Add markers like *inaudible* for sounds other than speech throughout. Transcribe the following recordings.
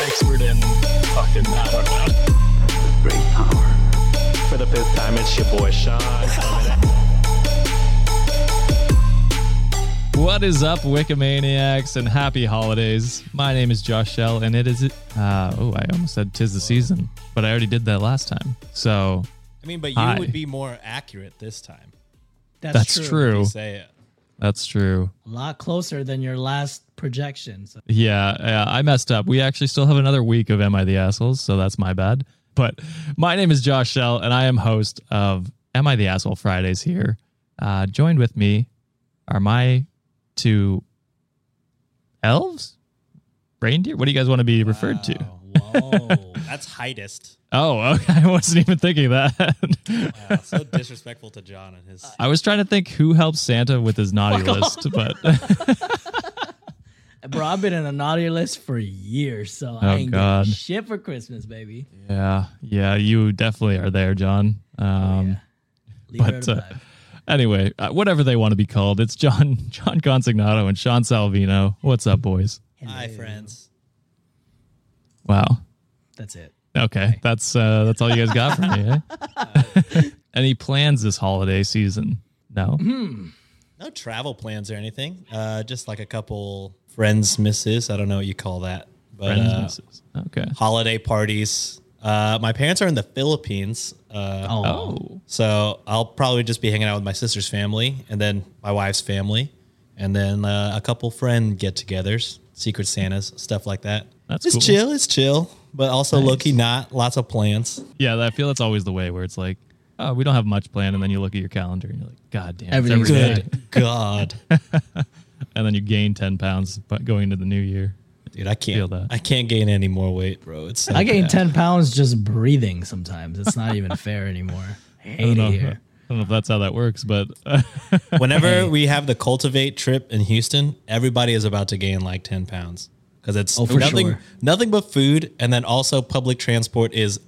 expert in fucking I don't know. great power. For the fifth time, it's your boy Sean. What is up, Wikimaniacs, and happy holidays. My name is Josh Shell, and it is. Uh, oh, I almost said tis the season, but I already did that last time. So I mean, but you Hi. would be more accurate this time. that's, true. You say it. That's true. A lot closer than your last projections. Yeah, yeah, I messed up. We actually still have another week of Am I the Assholes, so that's my bad. But my name is Josh Shell, and I am host of Am I the Asshole Fridays here. Uh, joined with me are my two elves, reindeer. What do you guys want to be referred to? Whoa, *laughs* that's heightest. Oh, okay. *laughs* I wasn't even *laughs* thinking that. Wow, so disrespectful to John and his. I was trying to think who helps Santa with his naughty Fuck off. list, but *laughs* Bro, I've been in a naughty list for years, so Oh, I ain't God. getting shit for Christmas, baby. yeah, yeah, you definitely are there, John. Um, Leave it at But, uh, five. anyway, uh, whatever they want to be called, it's John *laughs* John Consignato and Sean Salvino. What's up, boys? Hi, friends. Wow. That's it. Okay, that's uh, that's all you guys got from me. Eh? *laughs* Any plans this holiday season? No. No travel plans or anything. Uh, just like a couple friends misses. I don't know what you call that, but Friends uh, misses. Okay. holiday parties. Uh, my parents are in the Philippines, uh, Oh, Oh, so I'll probably just be hanging out with my sister's family and then my wife's family, and then uh, a couple friend get-togethers, secret Santas, stuff like that. That's it's cool. chill. It's chill, but also low-key not lots of plans. yeah. I feel that's always the way where it's like, oh, we don't have much planned, and then you look at your calendar and you're like, God damn, it's Everything's every day. good. *laughs* God, and then you gain ten pounds but going into the new year. dude, I can't. Feel that. I can't gain any more weight, bro. It's so I gain bad. ten pounds just breathing. Sometimes it's not even fair anymore. I *laughs* I hate don't, know it if, I here. don't know if that's how that works, but *laughs* Whenever we have the cultivate trip in Houston, everybody is about to gain like 10 pounds because it's Oh, for nothing, sure. nothing but food. And then also public transport is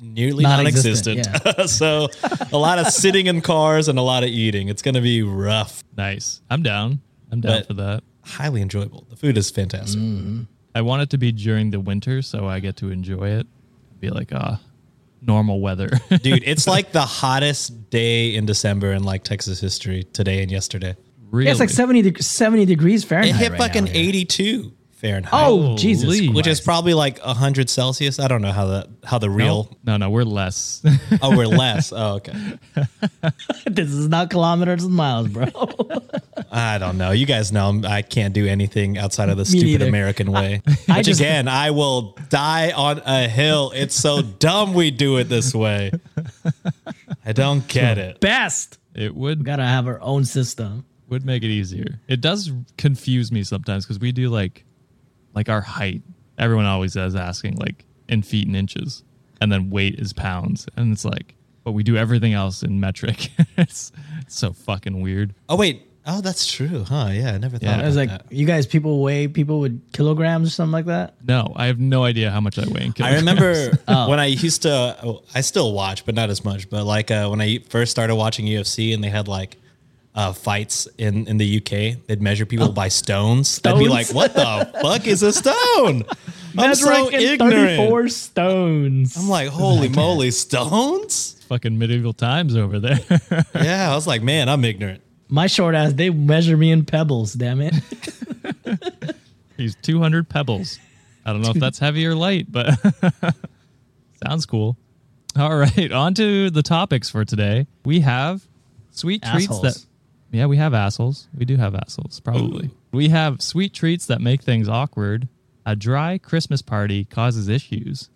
nearly non Non-existent, existent. *laughs* so a lot of sitting in cars and a lot of eating. It's going to be rough, nice. I'm down. I'm down But- for that. highly enjoyable. The food is fantastic. Mm. I want it to be during the winter so I get to enjoy it. Be like, ah, normal weather. *laughs* Dude, *laughs* it's like the hottest day in December in like Texas history today and yesterday. really? Yeah, it's like 70, deg- 70 degrees Fahrenheit. It hit right fucking now here. 82 Fahrenheit. Oh Jesus! Holy. Christ. *laughs* Which is probably like 100 Celsius. I don't know how the how the real. No, no, we're less. *laughs* Oh, we're less. Oh, okay. this is not kilometers and miles, *laughs* bro. I don't know. You guys know I'm- I can't do anything outside of the stupid neither. American way. I Which just- again, I will die on a hill. It's so dumb we do it *laughs* this way. I don't get it. Best. it would Gotta have our own system. would make it easier. It does confuse me sometimes because we do like like our height. Everyone always is asking like in feet and inches, and then weight is pounds, and it's like, but we do everything else in metric. *laughs* it's, it's so fucking weird. Oh wait. Oh, that's true. Huh? Yeah, I never thought Yeah. about I was like, that. you guys, people weigh people with kilograms or something like that. No, I have no idea how much I weigh. In I kilograms. remember *laughs* when I used to, oh, I still watch, but not as much. But like uh, when I first started watching UFC and they had like uh, fights in, in the UK. They'd measure people by stones. I'd be Oh. like, Stones? what the *laughs* fuck is a stone? I'm so Measuring in ignorant. 34 stones. I'm *laughs* like, holy moly, stones? *laughs* Fucking medieval times over there. *laughs* Yeah, I was like, man, I'm ignorant. My short ass, they measure me in pebbles, damn *laughs* it. He's 200 pebbles. I don't know if that's heavy or light, but *laughs* sounds cool. All right, on to the topics for today. We have sweet Assholes. treats that. Yeah, we have assholes. We do have assholes, probably. We have sweet treats that make things awkward. A dry Christmas party causes issues.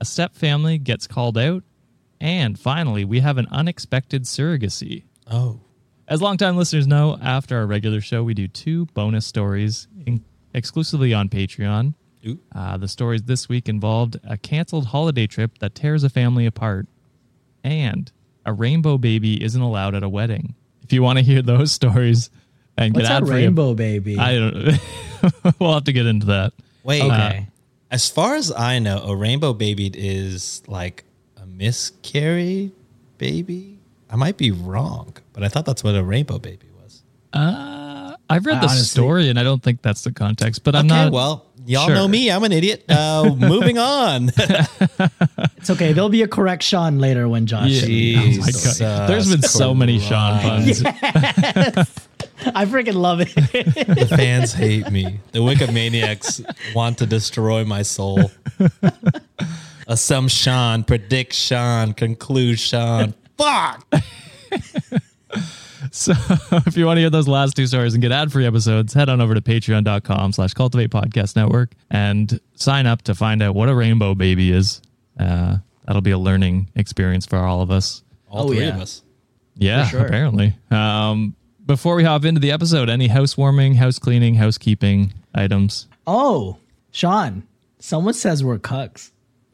A step family gets called out. And finally, we have an unexpected surrogacy. Oh. As longtime listeners know, after our regular show, we do two bonus stories in- exclusively on Patreon. Ooh. Uh, the stories this week involved a canceled holiday trip that tears a family apart, and a rainbow baby isn't allowed at a wedding. If you want to hear those *laughs* stories and What's get that ad free, rainbow baby? I don't. *laughs* we'll have to get into that. Wait, okay. Uh, as far as I know, a rainbow baby is like a miscarried baby. I might be wrong, but I thought that's what a rainbow baby was. I've read the honestly- story, and I don't think that's the context. But I'm okay, not. well, y'all sure. know me. I'm an idiot. Uh, moving on. it's okay. There'll be a correct Sean later when Josh. *laughs* *laughs* Yeah. Oh my Jesus God. There's been so many Sean puns. I freaking love it. *laughs* the fans hate me. The Wikimaniacs want to destroy *laughs* my soul. Assumption, prediction, conclusion. Fuck. So if you want to hear those last two stories and get ad-free episodes, head on over to patreon.com slash cultivate podcast network and sign up to find out what a rainbow baby is. Uh, that'll be a learning experience for all of us. All Oh, three yeah. of us. Yeah, sure. apparently. Um, before we hop into the episode, any housewarming, house cleaning, housekeeping items? oh, Sean, someone says we're cucks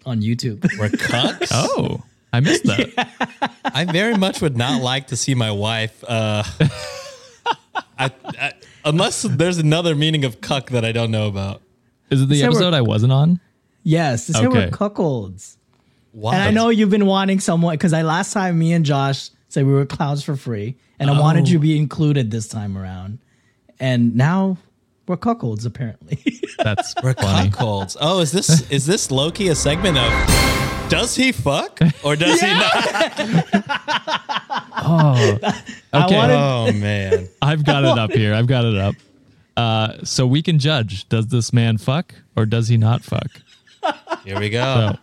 on YouTube. *laughs* We're cucks. Oh, I missed that. I very much would not like to see my wife. *laughs* Uh, I, I, unless there's another meaning of cuck that I don't know about. Is it the Say we're- episode I wasn't on? yes, they say we're Okay. cuckolds. Wow. And I know you've been wanting someone because I last time me and Josh said we were clowns for free, and I wanted you to be included this time around. And now we're cuckolds apparently. *laughs* That's we're funny. cuckolds. Oh, is this is this Loki a segment of? Does he fuck or does he not? Okay. wanted- Oh man. I've got it up here. I've got it up. Uh, so we can judge: does this man fuck or does he not fuck? Here we go.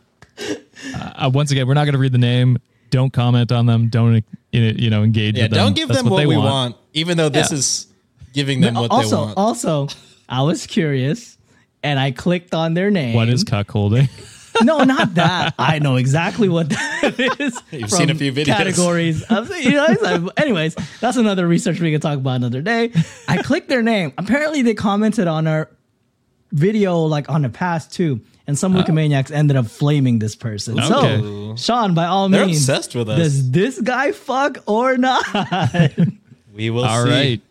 Uh, once again, we're not going to read the name. Don't comment on them. Don't you know, you know, engage. yeah, with them. don't give That's them what, they we want. even though this Yeah. uh, is giving them what they also, want. also, I was curious, and I clicked on their name. What is *laughs* cuckolding? No, not that. I know exactly what that is. You've from seen a few videos. Categories. I've seen- you know, it's- anyways, that's another research we can talk about another day. I clicked their name. Apparently, they commented on our video, like on the past too, and Oh. some Wikimaniacs ended up flaming this person. So, Okay. Sean, by all They're means, obsessed with us. Does this guy fuck or not? we will All see. right.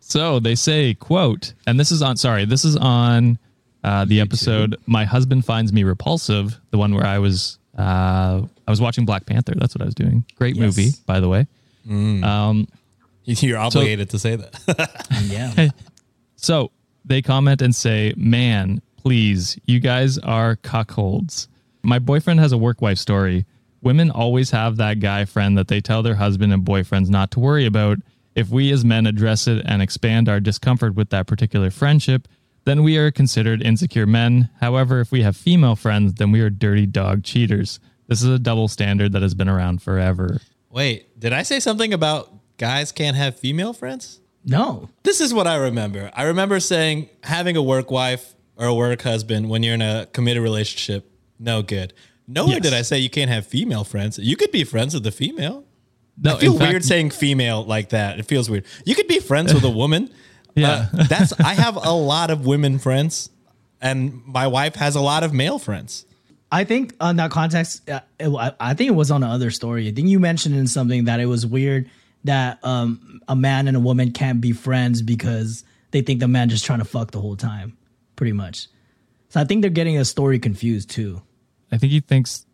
So they say, quote, and this is on. Sorry, this is on uh, the episode. My husband finds me repulsive. The one where I was, uh, I was watching Black Panther. That's what I was doing. Great Yes. movie, by the way. *laughs* You're obligated to say that. *laughs* yeah. So they comment and say, Man, please, you guys are cuckolds. My boyfriend has a work wife story. Women always have that guy friend that they tell their husband and boyfriends not to worry about. If we as men address it and expand our discomfort with that particular friendship, then we are considered insecure men. However, if we have female friends, then we are dirty dog cheaters. This is a double standard that has been around forever. Wait, did I say something about guys can't have female friends? *laughs* No. This is what I remember. I remember saying having a work wife or a work husband when you're in a committed relationship, no good. Nowhere Yes. did I say you can't have female friends. You could be friends with a female. No, I feel in fact- weird saying female like that. It feels weird. You could be friends with a *laughs* woman. yeah, that's. I have a lot of women friends, and my wife has a lot of male friends. I think on that context, uh, it, I- I think it was on another story. I think you mentioned in something that it was weird that um, a man and a woman can't be friends because they think the man just trying to fuck the whole time, pretty much. So I think they're getting a story confused too. I think he thinks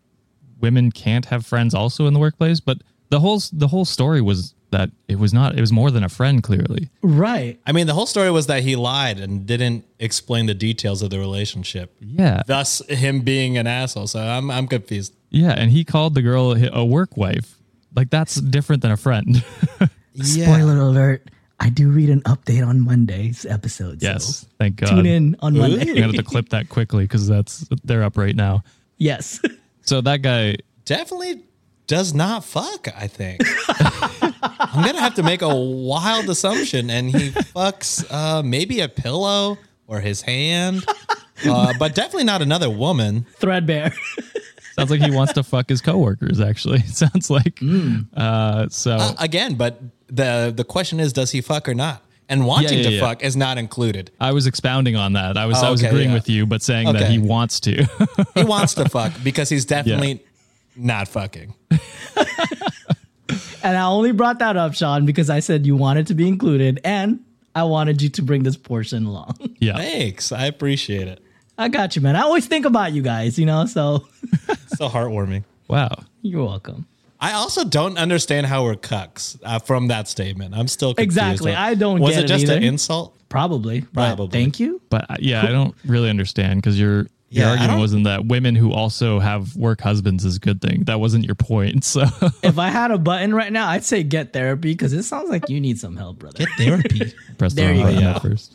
women can't have friends also in the workplace, but the whole the whole story was that it was not it was more than a friend clearly. Right. I mean, the whole story was that he lied and didn't explain the details of the relationship. Yeah. Thus, him being an asshole. So I'm I'm confused. Yeah, and he called the girl hi- a work wife. Like that's different than a friend. Spoiler alert. I do read an update on Monday's episode. yes. Uh, So thank God. tune in on I'm Monday. *laughs* gonna have to clip that quickly because that's they're up right now. yes. *laughs* So that guy Definitely does not fuck. I think *laughs* I'm gonna have to make a wild assumption, and he fucks uh, maybe a pillow or his hand, *laughs* uh, but definitely not another woman. Threadbare. *laughs* sounds like he wants to fuck his coworkers. Actually, *laughs* it sounds like. Uh, so Uh, again, but the the question is, does he fuck or not? And wanting yeah, to yeah. fuck is not included. I was expounding on that. I was Oh, I was okay, agreeing yeah. with you, but saying that Okay. he wants to. *laughs* He wants to fuck because he's definitely not fucking. and I only brought that up, Sean, because I said you wanted to be included and I wanted you to bring this portion along. yeah. Thanks, I appreciate it. I got you, man. I always think about you guys, you know, so *laughs* So heartwarming. Wow. you're welcome. I also don't understand how we're cucks uh, from that statement. I'm still confused. Exactly. I don't Was get it it just an either. insult? Probably. but Probably. Thank you. But I- yeah, I don't really understand because your your Yeah, I argument don't- wasn't that women who also have work husbands is a good thing. That wasn't your point. *laughs* So If I had a button right now, I'd say get therapy because it sounds like you need some help, brother. *laughs* *laughs* Therapy. press the There wrong you button go. at first.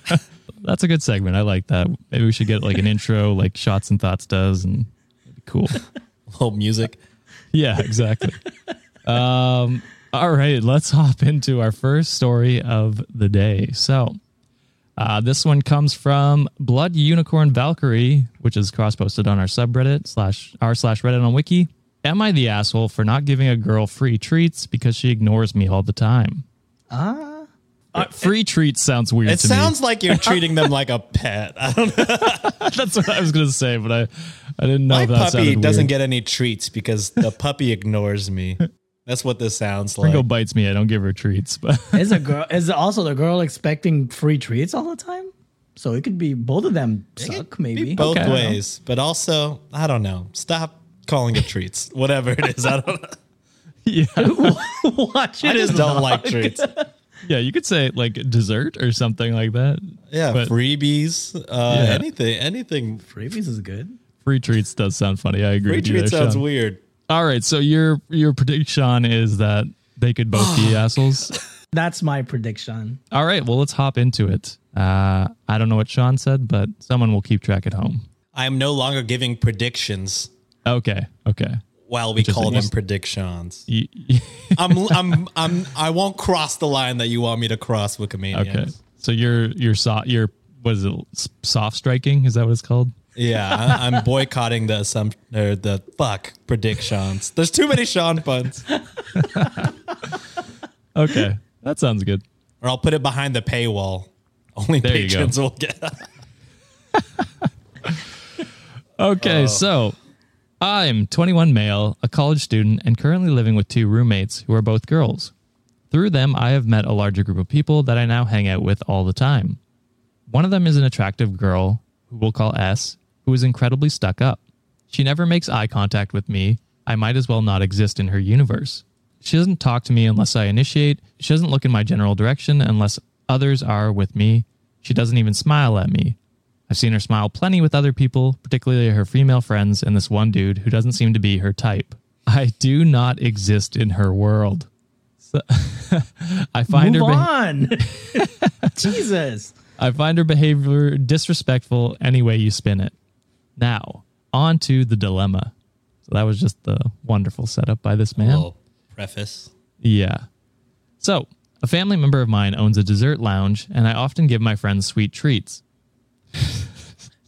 *laughs* That's a good segment. I like that. Maybe we should get like an intro, like shots and thoughts does, and it'd be cool. Whole music. Yeah, exactly. *laughs* um, all right, let's hop into our first story of the day. So, uh, this one comes from Blood Unicorn Valkyrie, which is cross-posted on our subreddit slash r slash Reddit on Wiki. Am I the asshole for not giving a girl free treats because she ignores me all the time? Ah. free treats sounds weird It to *laughs* sounds like you're treating them like a pet. *laughs* I Oh, don't me. That's what I was going to say, but I, I didn't know My if that puppy sounded doesn't weird. get any treats because the puppy ignores me. That's what this sounds like. Pringle bites me. I don't give her treats, but *laughs* Is a girl is also the girl expecting free treats all the time? So it could be both of them suck, maybe. Both Okay. ways. But also, I don't know. Stop calling it treats. *laughs* Whatever it is. I don't know. yeah. *laughs* Watch I it just is don't not. *laughs* like treats. Yeah, you could say like dessert or something like that. Yeah, But- freebies, uh, Yeah. anything, anything. Freebies is good. Free treats does sound funny. I agree. Free with you treat there, sounds Sean. weird. All right, so your your prediction is that they could both be *sighs* assholes. That's my prediction. All right, well let's hop into it. Uh, I don't know what Sean said, but someone will keep track at home. I am no longer giving predictions Okay, okay. while we call them Interesting. *laughs* predictions. You, I'm, I'm, I'm, I won't cross the line that you want me to cross, Wikimedia. okay. So your your so, your what is it s- soft striking? Is that what it's called? Yeah, I, I'm boycotting the assumption or the fuck predictions. There's too many Sean puns, Okay, that sounds good. or I'll put it behind the paywall. Only There you go. patrons will get. Okay, so I'm 21 male, a college student, and currently living with two roommates who are both girls. Through them, I have met a larger group of people that I now hang out with all the time. One of them is an attractive girl, who we'll call S, who is incredibly stuck up. She never makes eye contact with me. I might as well not exist in her universe. She doesn't talk to me unless I initiate. She doesn't look in my general direction unless others are with me. She doesn't even smile at me. I've seen her smile plenty with other people, particularly her female friends and this one dude who doesn't seem to be her type. I do not exist in her world. So- *laughs* I find Move her beh- *laughs* on. Jesus. I find her behavior disrespectful any way you spin it. Now, on to the dilemma. So that was just the wonderful setup by this man. Little Oh, preface. Yeah. So, a family member of mine owns a dessert lounge, and I often give my friends sweet treats.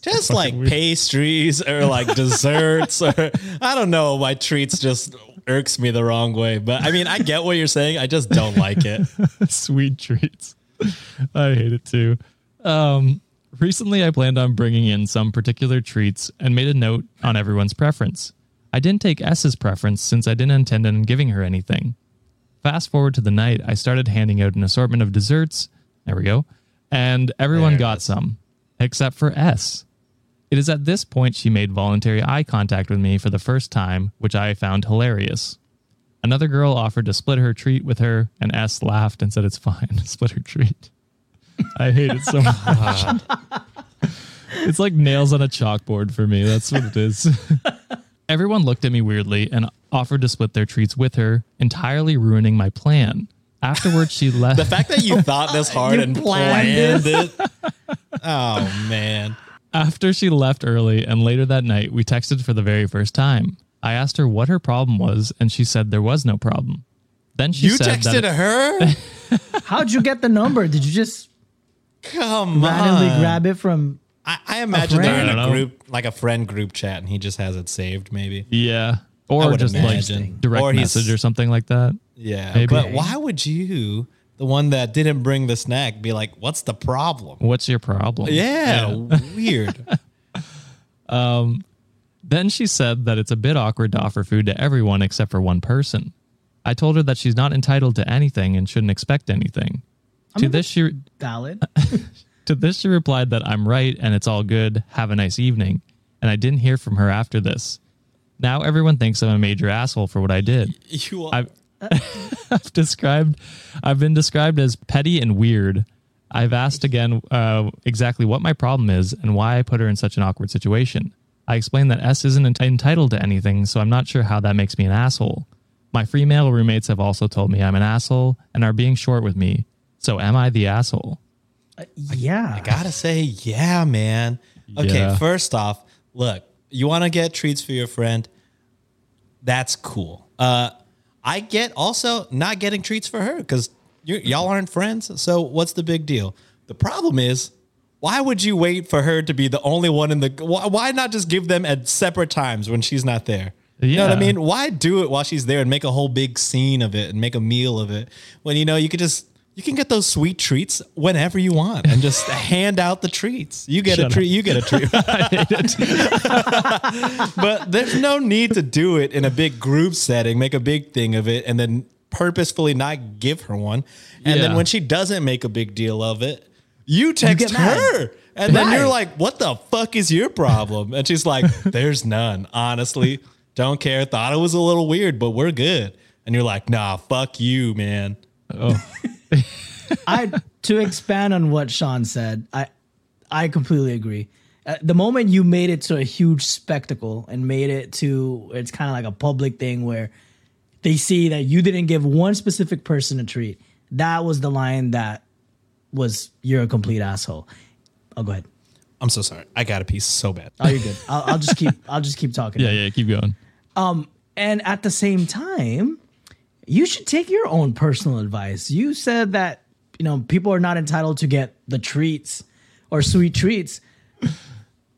Just like pastries or like desserts or I don't know why treats just irks me the wrong way. But I mean, I get what you're saying. I just don't like it. *laughs* sweet treats. *laughs* I hate it too. Um, recently, I planned on bringing in some particular treats and made a note on everyone's preference. I didn't take S's preference since I didn't intend on giving her anything. Fast forward to the night, I started handing out an assortment of desserts. There we go. And everyone got some, except for S. It is at this point she made voluntary eye contact with me for the first time, which I found hilarious. Another girl offered to split her treat with her, and S laughed and said it's fine. *laughs* split her treat. I hate it so much. it's like nails on a chalkboard for me. That's what it is. *laughs* Everyone looked at me weirdly and offered to split their treats with her, entirely ruining my plan. Afterwards, she *laughs* left. The fact that *laughs* Oh, you thought this hard and planned it. Oh man. After she left early and later that night, we texted for the very first time. I asked her what her problem was, and she said there was no problem. Then she You said that texted *laughs* her? How'd you get the number? Did you just Come randomly on. grab it from? I, I imagine they're in friend? I a don't know. group, like a friend group chat, and he just has it saved, maybe. yeah, I or would just imagine. like direct Or he's- message or something like that. Yeah. Maybe. But why would you, the one that didn't bring the snack, be like, what's the problem? What's your problem? Yeah. Weird. *laughs* Then she said that it's a bit awkward to offer food to everyone except for one person. I told her that she's not entitled to anything and shouldn't expect anything. to this she *laughs* Valid. to this she replied that I'm right and it's all good. Have a nice evening. And I didn't hear from her after this. Now everyone thinks I'm a major asshole for what I did. You are, I've, *laughs* I've described, I've been described as petty and weird. I've asked again uh, exactly what my problem is and why I put her in such an awkward situation. I explained that S isn't ent- entitled to anything, so I'm not sure how that makes me an asshole. My free male roommates have also told me I'm an asshole and are being short with me. So am I the asshole? *laughs* yeah. gotta say, yeah, man. Okay, Yeah. first off, look, you want to get treats for your friend? That's cool. Uh, I get also not getting treats for her because y'all aren't friends. So what's the big deal? The problem is, why would you wait for her to be the only one in the? Why, why not just give them at separate times when she's not there? You know what I Yeah. mean? Why do it while she's there and make a whole big scene of it and make a meal of it when you know you could just you can get those sweet treats whenever you want and just hand out the treats. You get a treat, you get a treat. but there's no need to do it in a big group setting, make a big thing of it, and then purposefully not give her one. And then Yeah. when she doesn't make a big deal of it, you text get mad. her. And then you're Right. like, what the fuck is your problem? And *laughs* she's like, there's none, honestly. Don't care. Thought it was a little weird, but we're good. And you're like, nah, fuck you, man. I to expand on what Sean said, I I completely agree. Uh, the moment you made it to a huge spectacle and made it to it's kind of like a public thing where they see that you didn't give one specific person a treat. That was the line that was you're a complete asshole. Oh, go ahead. I'm so sorry. I got a piece so bad. Oh, you're good. I'll, I'll just keep. I'll just keep talking. Yeah, yeah, keep going. Um, And at the same time, you should take your own personal advice. You said that, you know, people are not entitled to get the treats or sweet treats.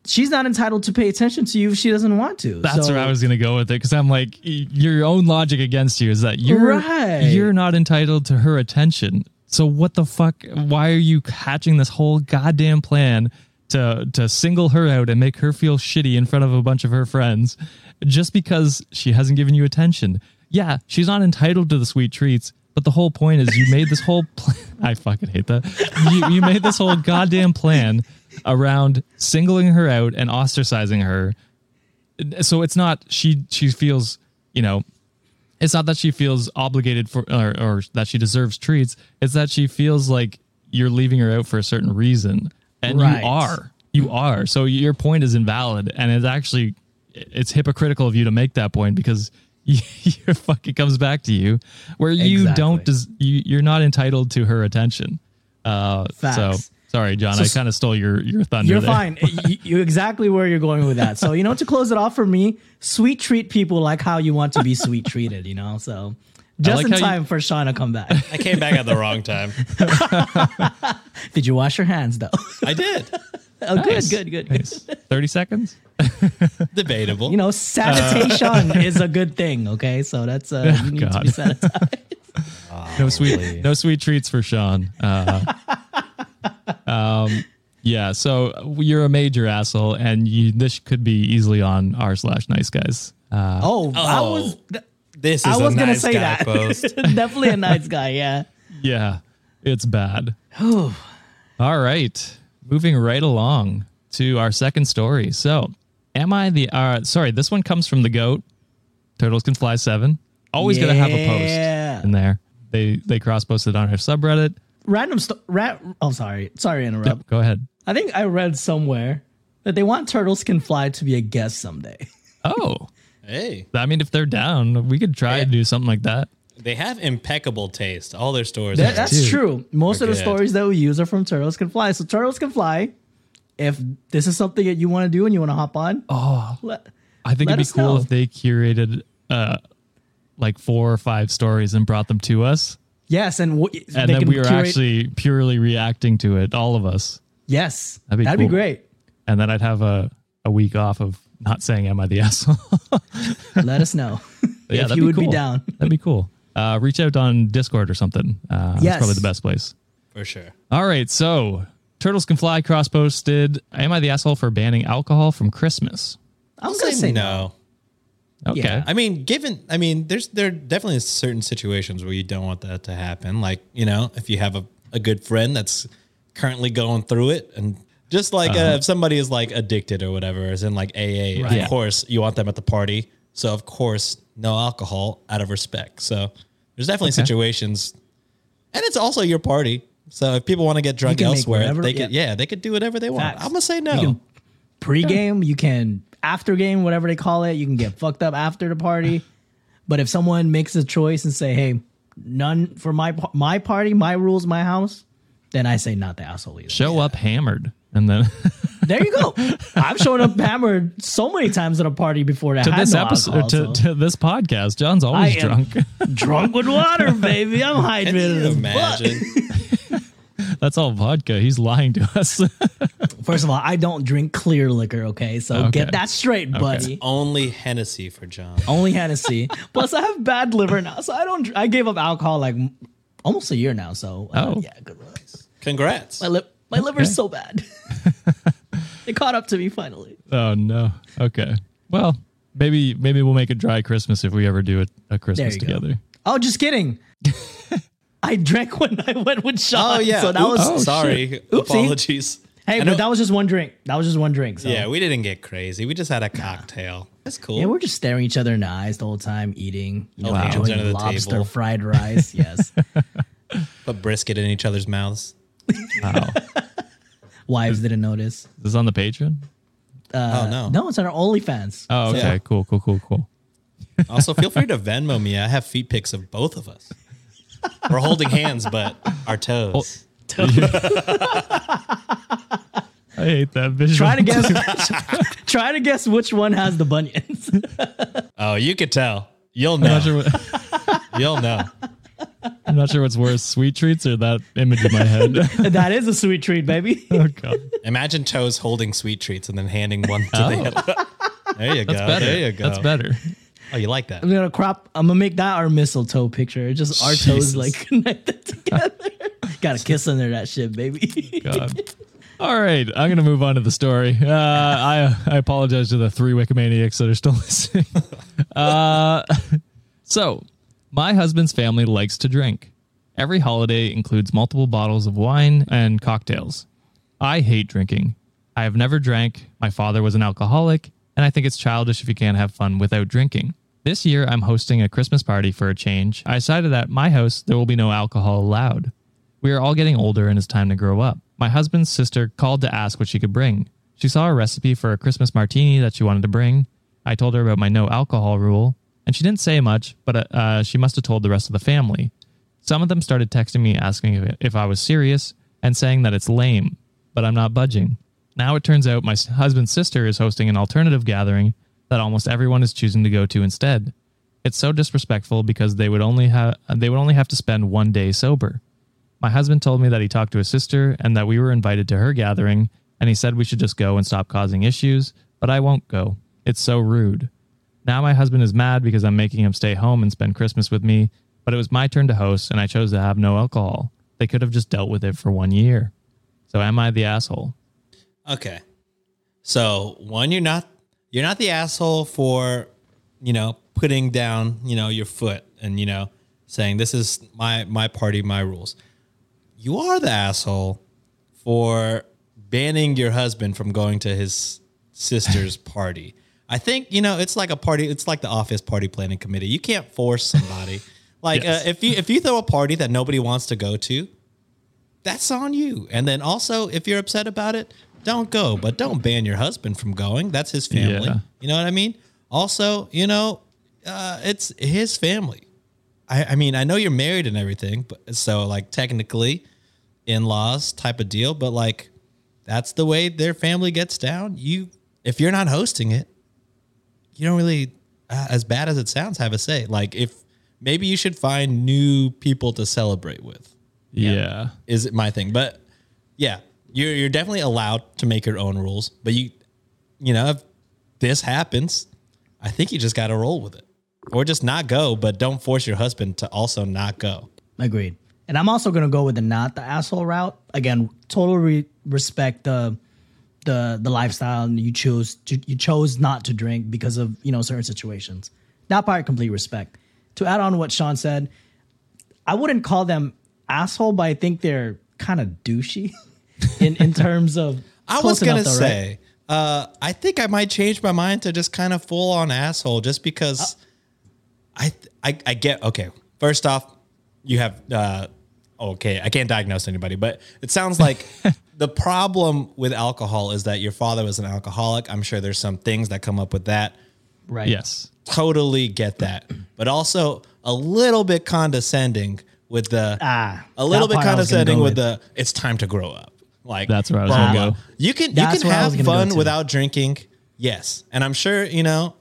She's not entitled to pay attention to you if she doesn't want to. That's So where I was gonna go with it because I'm like, y- your own logic against you is that you're Right. you're not entitled to her attention. So what the fuck? Why are you hatching this whole goddamn plan to to single her out and make her feel shitty in front of a bunch of her friends just because she hasn't given you attention? Yeah, she's not entitled to the sweet treats. But the whole point is, you made this whole *laughs* plan. I fucking hate that. You, you made this whole goddamn plan around singling her out and ostracizing her so it's not she she feels you know it's not that she feels obligated for or, or that she deserves treats it's that she feels like you're leaving her out for a certain reason and Right. you are you are so your point is invalid and it's actually it's hypocritical of you to make that point because *laughs* your fucking comes back to you where you Exactly. don't des- you, you're not entitled to her attention uh so Facts. sorry john i kind of stole your your thunder You're there. fine. You- You're exactly where you're going with that. So, you know, to close it off for me, sweet treat people like how you want to be sweet treated, you know? *laughs* So, just like in how you- time for Sean to come back. *laughs* I came back at the wrong time. Did you wash your hands, though? *laughs* I did. oh, good, good, good, good. *laughs* Nice. 30 seconds Debatable. you know, sanitation *laughs* is a good thing. Okay, so that's uh, you need to Uh, God. be *laughs* sanitized. no sweet no sweet treats for Sean. Uh, um, yeah, so you're a major asshole, and you, this could be easily on r slash nice guys. Uh, Oh, I Oh, was, th- this is I was a gonna nice say guy that. post. *laughs* Definitely a nice guy. Yeah. yeah, it's bad. All right, moving right along to our second story. So, am I the? Uh, sorry, this one comes from the goat. Turtles can fly seven. Always gonna have a Yeah. post in there. They they cross posted on our subreddit. Random sto- ra- Oh, sorry, sorry, to interrupt. Yep, go ahead. I think I read somewhere that they want Turtles Can Fly to be a guest someday. Oh, Hey, I mean, if they're down, we could try and do something like that. they have impeccable taste. All their stores. That- are. that's Dude. true. Most of the Good. stories that we use are from Turtles Can Fly. So Turtles Can Fly. If this is something that you want to do and you want to hop on, oh, I think Let it'd us be cool know. if they curated uh like four or five stories and brought them to us, yes, and w- and they then can we were curate- actually purely reacting to it, all of us. yes, that'd That'd be, be cool. great. And then I'd have a a week off of not saying "Am I the *laughs* *laughs* asshole?" Let us know *laughs* yeah, if that'd you would be *laughs* cool. down. That'd be cool. Uh, reach out on Discord or something. Uh, Yes. That's probably the best place. for sure. All right, so Turtles Can Fly cross posted. Am I the asshole for banning alcohol from Christmas? I'm gonna say no. Okay. Yeah. I mean, given, I mean, there's there are definitely certain situations where you don't want that to happen. Like, you know, if you have a, a good friend that's currently going through it, and just like uh, if somebody is like addicted or whatever, is in like AA, Right. of course you want them at the party. So of course, no alcohol out of respect. So there's definitely situations, and it's also your party. So if people want to get drunk can make elsewhere, whatever- they could, yeah. they could do whatever they want. Facts. I'm gonna say no. You can pre-game, you can after game, whatever they call it. You can get fucked up after the *sighs* party. But if someone makes a choice and say, "Hey, none for my pa- my party, my rules, my house," then I say not the asshole either. Show up hammered, and then *laughs* There you go. I've shown up hammered so many times at a party before that. to had this no episode, alcohol, to, so. to this podcast, John's always I am- drunk. *laughs* *laughs* drunk with water, baby. I'm Can you hydrated. as fuck. imagine? That's all vodka. He's lying to us. *laughs* First of all, I don't drink clear liquor. Okay, so Okay. get that straight, buddy. *laughs* Only Hennessy for John. Only Hennessy. *laughs* Plus, I have bad liver now, so I don't. dr- I gave up alcohol like m- almost a year now. So uh, Oh. yeah, good luck. Congrats. My lip, my liver's so bad. it caught up to me finally. oh no. Okay. Well, maybe maybe we'll make a dry Christmas if we ever do a, a Christmas There you go. together. Oh, just kidding. I drank when I went with Sean. uh, So that Oh, Oops. was sorry. Oopsie. Apologies. hey, I but know- that was just one drink. That was just one drink. So. yeah, we didn't get crazy. We just had a cocktail. That's cool. Yeah, we're just staring each other in the eyes the whole time, eating, you know, Wow. hands enjoying under the lobster table. fried rice. Yes, Put brisket in each other's mouths. Wow. wives didn't notice. Is this on the Patreon? oh no. Uh, No, it's on our OnlyFans. Oh, okay. Yeah. Cool. Cool. Cool. *laughs* Cool. *laughs* *laughs* Also, feel free to Venmo me. I have feet pics of both of us. We're holding hands, but our toes. I hate that visual. Try to guess. *laughs* try to guess which one has the bunions. *laughs* oh, you could tell. *laughs* You'll I'm not, sure know. what, You'll know. I'm not sure what's worse, sweet treats or that image in my head. *laughs* that is a sweet treat, baby. oh god. Imagine toes holding sweet treats and then handing one to *laughs* the Oh, other. There you go. Oh, That's better. There you go. That's better. Oh, you like *laughs* that? I'm gonna crop. I'm gonna make that our mistletoe picture. It's Just our toes Jesus. like *laughs* connected together. *laughs* Got a kiss under that shit, baby. *laughs* God. *laughs* All right, I'm gonna move on to the story. Uh, I I apologize to the three Wikimaniacs that are still *laughs* listening. Uh, so, my husband's family likes to drink. Every holiday includes multiple bottles of wine and cocktails. I hate drinking. I have never drank. My father was an alcoholic, and I think it's childish if you can't have fun without drinking. This year, I'm hosting a Christmas party for a change. I decided that at my house there will be no alcohol allowed. We are all getting older and it's time to grow up. My husband's sister called to ask what she could bring. She saw a recipe for a Christmas martini that she wanted to bring. I told her about my no alcohol rule, and she didn't say much, but uh, uh, she must have told the rest of the family. Some of them started texting me asking if, if I was serious and saying that it's lame, but I'm not budging. Now it turns out my s- husband's sister is hosting an alternative gathering that almost everyone is choosing to go to instead. It's so disrespectful because they would only have they would only have to spend one day sober. My husband told me that he talked to his sister and that we were invited to her gathering, and he said we should just go and stop causing issues, but I won't go. It's so rude. Now my husband is mad because I'm making him stay home and spend Christmas with me, but it was my turn to host and I chose to have no alcohol. They could have just dealt with it for one year. So am I the asshole? Okay. So one, you're not you're not the asshole for you know putting down you know your foot and you know saying this is my my party my rules. You are the asshole for banning your husband from going to his sister's *laughs* party. I think you know it's like a party. It's like the office party planning committee. You can't *laughs* force somebody. like Yes. uh, if you if you throw a party that nobody wants to go to, that's on you. And then also if you're upset about it, don't go. But don't ban your husband from going. That's his family. Yeah. You know what I mean? Also, you know, uh, it's his family. I, I mean, I know you're married and everything, but so like technically, in laws type of deal. But like, that's the way their family gets down. You, if you're not hosting it, you don't really, uh, as bad as it sounds, have a say. Like, if maybe you should find new people to celebrate with. Yeah. Is it my thing? But yeah, you're you're definitely allowed to make your own rules. But you, you know, if this happens, I think you just got to roll with it. Or just not go, but don't force your husband to also not go. Agreed. And I'm also gonna go with the not the asshole route. Again, total re- respect the the the lifestyle and you chose to, you chose not to drink because of you know certain situations. That part, complete respect. To add on what Sean said, I wouldn't call them asshole, but I think they're kind of douchey *laughs* in in terms of. I close was gonna enough though, right? say, uh, I think I might change my mind to just kind of full on asshole, just Uh. because I, th- I I get okay. First off, you have uh, okay. I can't diagnose anybody, but it sounds *laughs* like the problem with alcohol is that your father was an alcoholic. I'm sure there's some things that come up with that right? Yes. totally get that, but also a little bit condescending with the Ah, a little that bit part I was gonna condescending go with, the it's time to grow up. Like That's where I was gonna bro, go. You can you That's can where I was have gonna go fun too. without drinking. Yes, and I'm sure you know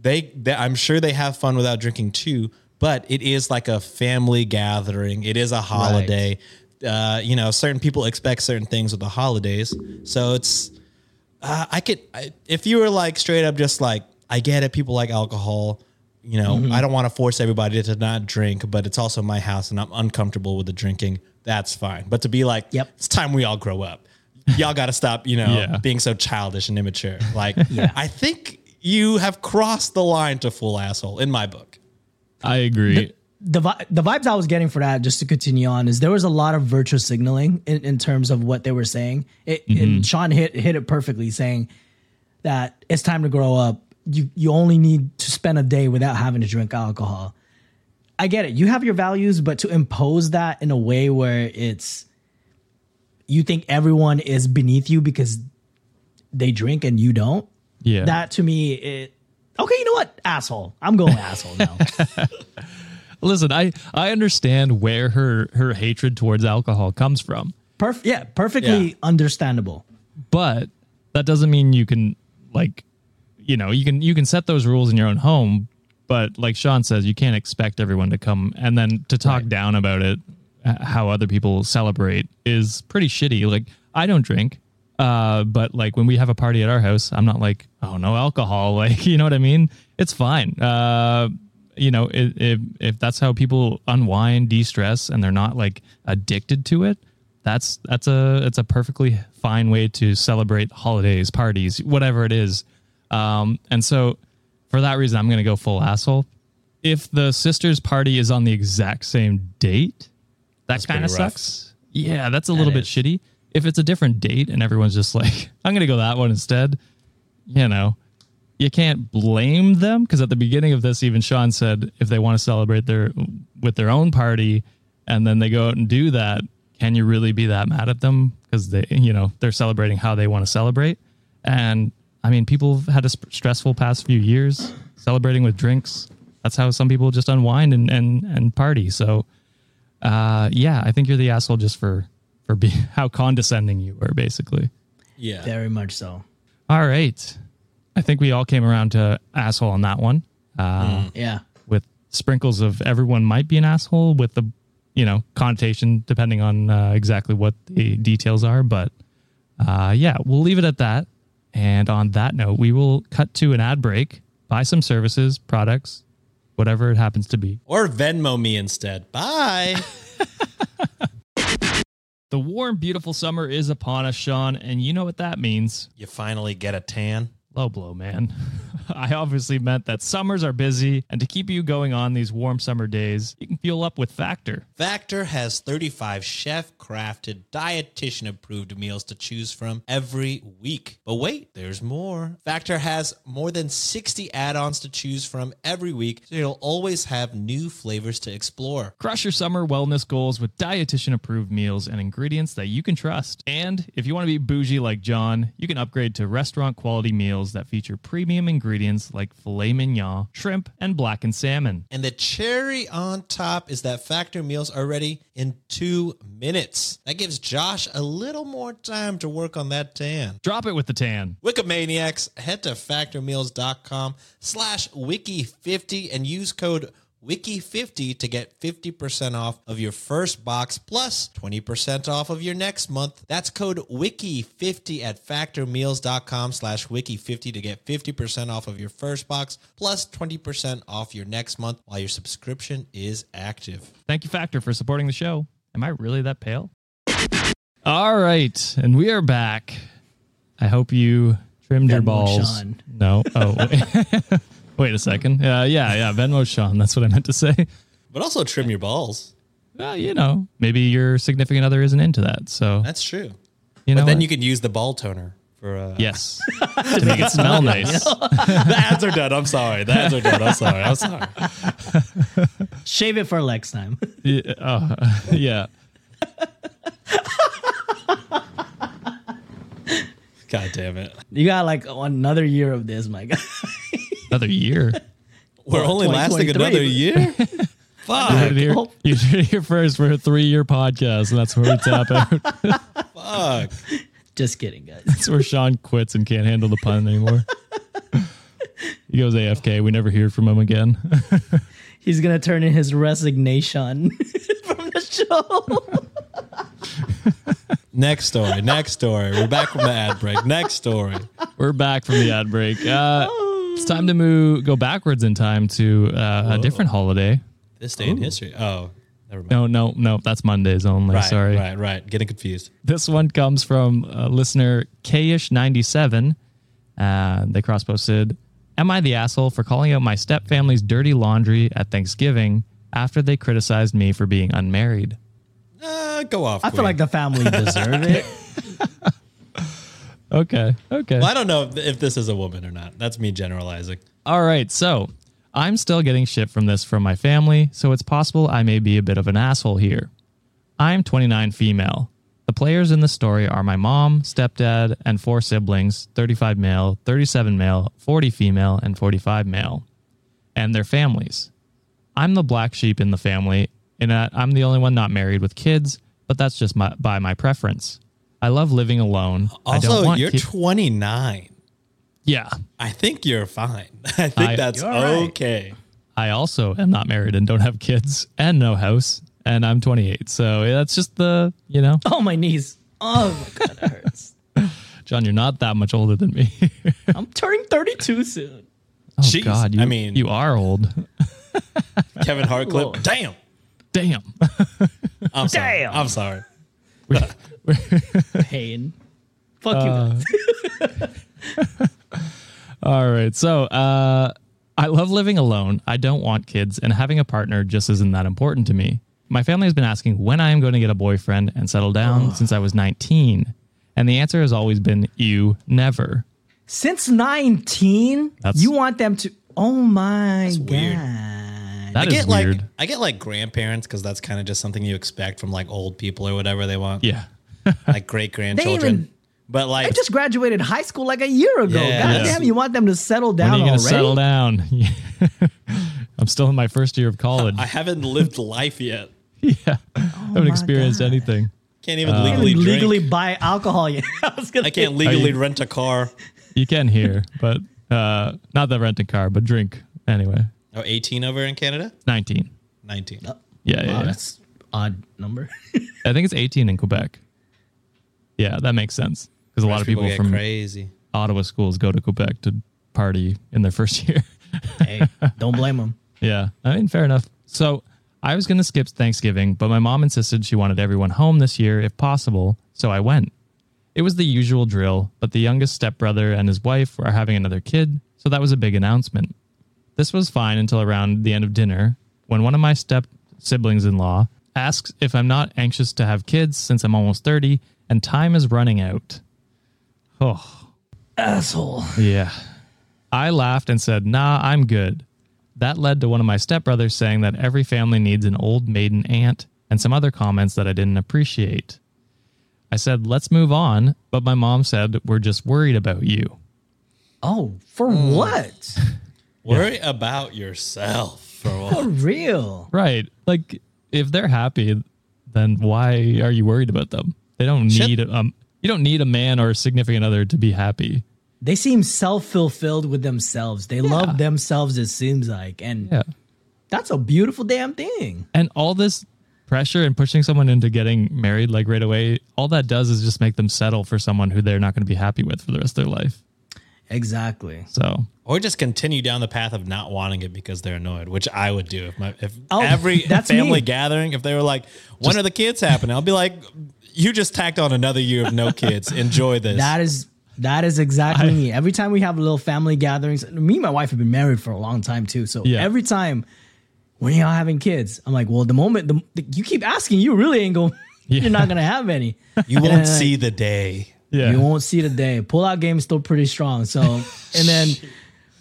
they, they. I'm sure they have fun without drinking too. But it is like a family gathering. It is a holiday. Uh, you know, certain people expect certain things with the holidays. So it's uh, I could I, if you were like straight up just like I get it people like alcohol you know I don't want to force everybody to not drink but it's also my house and I'm uncomfortable with the drinking that's fine but to be like Yep. it's time we all grow up y'all got to stop you know Yeah. being so childish and immature like I think you have crossed the line to full asshole in my book I agree. the vi- the vibes I was getting for that, just to continue on, is there was a lot of virtue signaling in, in terms of what they were saying. It, And Sean hit hit it perfectly, saying that it's time to grow up. You you only need to spend a day without having to drink alcohol. I get it. You have your values, but to impose that in a way where it's you think everyone is beneath you because they drink and you don't. yeah. That to me, it okay. You know what, asshole. I'm going asshole now. Listen, I I understand where her her hatred towards alcohol comes from, Perfect. Yeah, perfectly Yeah. understandable. but that doesn't mean you can like you know, you can you can set those rules in your own home, but like Sean says, you can't expect everyone to come and then to talk down about it h- how other people celebrate is pretty shitty. Like I don't drink, uh, but like when we have a party at our house, I'm not like, oh no alcohol, *laughs* like you know what I mean? It's fine. Uh you know, if, if if that's how people unwind, de-stress, and they're not like addicted to it, that's that's a it's a perfectly fine way to celebrate holidays, parties, whatever it is. Um, and so for that reason, I'm going to go full asshole. If the sisters' party is on the exact same date, that kind of pretty rough. sucks. Yeah, that's a little bit shitty. If it's a different date and everyone's just like, *laughs* I'm going to go that one instead, you know, you can't blame them because at the beginning of this, even Sean said if they want to celebrate their with their own party and then they go out and do that, can you really be that mad at them because they, you know, they're celebrating how they want to celebrate? And I mean, people have had a sp- stressful past few years celebrating with drinks. That's how some people just unwind and and and party. So, uh, yeah, I think you're the asshole just for for being *laughs* how condescending you were, basically. yeah Very much so. All right. I think we all came around to asshole on that one uh, Yeah. with sprinkles of everyone might be an asshole with the, you know, connotation depending on uh, exactly what the details are. But uh, yeah, we'll leave it at that. And on that note, we will cut to an ad break, buy some services, products, whatever it happens to be. or Venmo me instead bye *laughs* The warm, beautiful summer is upon us, Sean. And you know what that means. you finally get a tan Low blow, man. *laughs* I obviously meant that summers are busy, and to keep you going on these warm summer days, you can fuel up with Factor. Factor has 35 chef crafted, dietitian approved meals to choose from every week. But wait, there's more. Factor has more than 60 add ons to choose from every week, so you'll always have new flavors to explore. Crush your summer wellness goals with dietitian approved meals and ingredients that you can trust. And if you want to be bougie like John, you can upgrade to restaurant quality meals that feature premium ingredients like filet mignon, shrimp, and blackened salmon. And the cherry on top is that Factor meals are ready in two minutes. That gives Josh a little more time to work on that tan. Drop it with the tan. Wikimaniacs, head to factormeals.com slash wiki50 and use code wiki50 to get 50% off of your first box plus 20% off of your next month. That's code wiki50 at factormeals.com slash wiki50 to get 50% off of your first box plus 20% off your next month while your subscription is active. Thank you, Factor, for supporting the show. Am I really that pale? All right, and we are back. I hope you trimmed your Venmo balls. Sean. No. Oh, wait. *laughs* wait a second. Uh, yeah, yeah. Venmo Sean. That's what I meant to say. But also trim your balls. Well, you know, maybe your significant other isn't into that. So That's true. you know, But then what? you can use the ball toner for uh, *laughs* *laughs* yes, to make it smell nice. the ads are done. I'm sorry. The ads are done. I'm sorry. I'm sorry. Shave it for Lex time. *laughs* Yeah. oh, *laughs* yeah. God damn it. you got like another year of this, my God. Another *laughs* year. We're Well, only lasting 2023. another year? *laughs* You heard it fuck. here- hope- you heard it here first. We're a three-year podcast, and that's where we *laughs* tap out. Fuck. *laughs* Just kidding, guys. That's where Sean quits and can't handle the pun anymore. he goes AFK. We never hear from him again. *laughs* He's gonna turn in his resignation *laughs* from the show. Next story. Next story. We're back from the ad break. Next story. We're back from the ad break. Uh, it's time to move, go backwards in time to uh, a different holiday. This day in history. Oh, never mind. No, no, no. That's Mondays only. right, sorry. Right, right. Getting confused. This one comes from uh, listener Kish97. Uh, they cross posted, Am I the asshole for calling out my stepfamily's dirty laundry at Thanksgiving after they criticized me for being unmarried? Uh, go off. I feel like the family deserve it. Okay. Okay. I don't know if- if this is a woman or not. That's me generalizing. All right, so I'm still getting shit from this from my family, so it's possible I may be a bit of an asshole here. I'm 29 female. The players in the story are my mom, stepdad, and four siblings 35 male, 37 male, 40 female, and 45 male, and their families. I'm the black sheep in the family, and that I'm the only one not married with kids, but that's just my, by my preference. I love living alone. I don't Also, want you're ki- 29. yeah. I think you're fine. *laughs* I think I- that's You're right. okay. I also am not married and don't have kids and no house and I'm 28. So yeah, that's just the, you know, Oh my knees. Oh my god, it hurts. John, you're not that much older than me. I'm turning 32 soon. oh *laughs* Jeez, God, you, I mean- you are old. Kevin Hart clip. Lord. Damn. Damn. I'm sorry. Damn. I'm sorry. Pain. Fuck you guys. *laughs* All right. So, uh, I love living alone. I don't want kids, and having a partner just isn't that important to me. My family has been asking when I am going to get a boyfriend and settle down since I was 19. And the answer has always been, you never. Since 19, That's- you want them to. Oh my god. weird. That I is get weird. like I get like grandparents because that's kind of just something you expect from like old people or whatever they want. yeah. like great grandchildren. even- But I like just graduated high school like a year ago. Yeah. god Yeah. damn, you want them to settle down When are you going to already? settle down? *laughs* I'm still in my first year of college. I haven't lived life yet. *laughs* yeah. I haven't my experienced God. anything. Can't Uh, even I legally can't drink. legally buy alcohol yet. *laughs* I was gonna I can't say- legally rent a car. You can hear, but uh, not that rent a car, but drink anyway. Oh, 18 over in Canada? 19. 19. Yeah, yeah, Wow, yeah. that's odd *laughs* number. I think it's 18 in Quebec. Yeah, that makes sense because a lot of people, get from crazy. Ottawa schools go to Quebec to party in their first *laughs* year. hey, don't blame them. Yeah, I mean, fair enough. So I was going to skip Thanksgiving, but my mom insisted she wanted everyone home this year if possible, so I went. It was the usual drill, but the youngest stepbrother and his wife are having another kid, so that was a big announcement. This was fine until around the end of dinner when one of my step siblings in law asks if I'm not anxious to have kids since I'm almost 30 and time is running out. Oh, Asshole. yeah. I laughed and said, Nah, I'm good. That led to one of my stepbrothers saying that every family needs an old maiden aunt and some other comments that I didn't appreciate. I said, Let's move on, but my mom said, We're just worried about you. Oh, for Mm. what? Worry about yourself for a For while. *laughs* real. Right. Like, if they're happy, then why are you worried about them? They don't Shit. need, um, you don't need a man or a significant other to be happy. They seem self fulfilled with themselves. They love themselves, it seems like. And Yeah. that's a beautiful damn thing. And all this pressure and pushing someone into getting married like right away, all that does is just make them settle for someone who they're not going to be happy with for the rest of their life. Exactly. So or just continue down the path of not wanting it because they're annoyed, which I would do if my if Oh, every that's me. family gathering if they were like, when are the kids happening? I'll be like, you just tacked on another year of no kids. Enjoy this. That is that is exactly me. Every time we have little family gatherings, me and my wife have been married for a long time too. So Yeah. every time when y'all having kids, I'm like, well, the moment the, the- you keep asking, you really ain't going. Yeah. You're not gonna *laughs* have any. *laughs* you won't see the day. *laughs* yeah, You won't see the day. Pull out game's still pretty strong. So and *laughs* then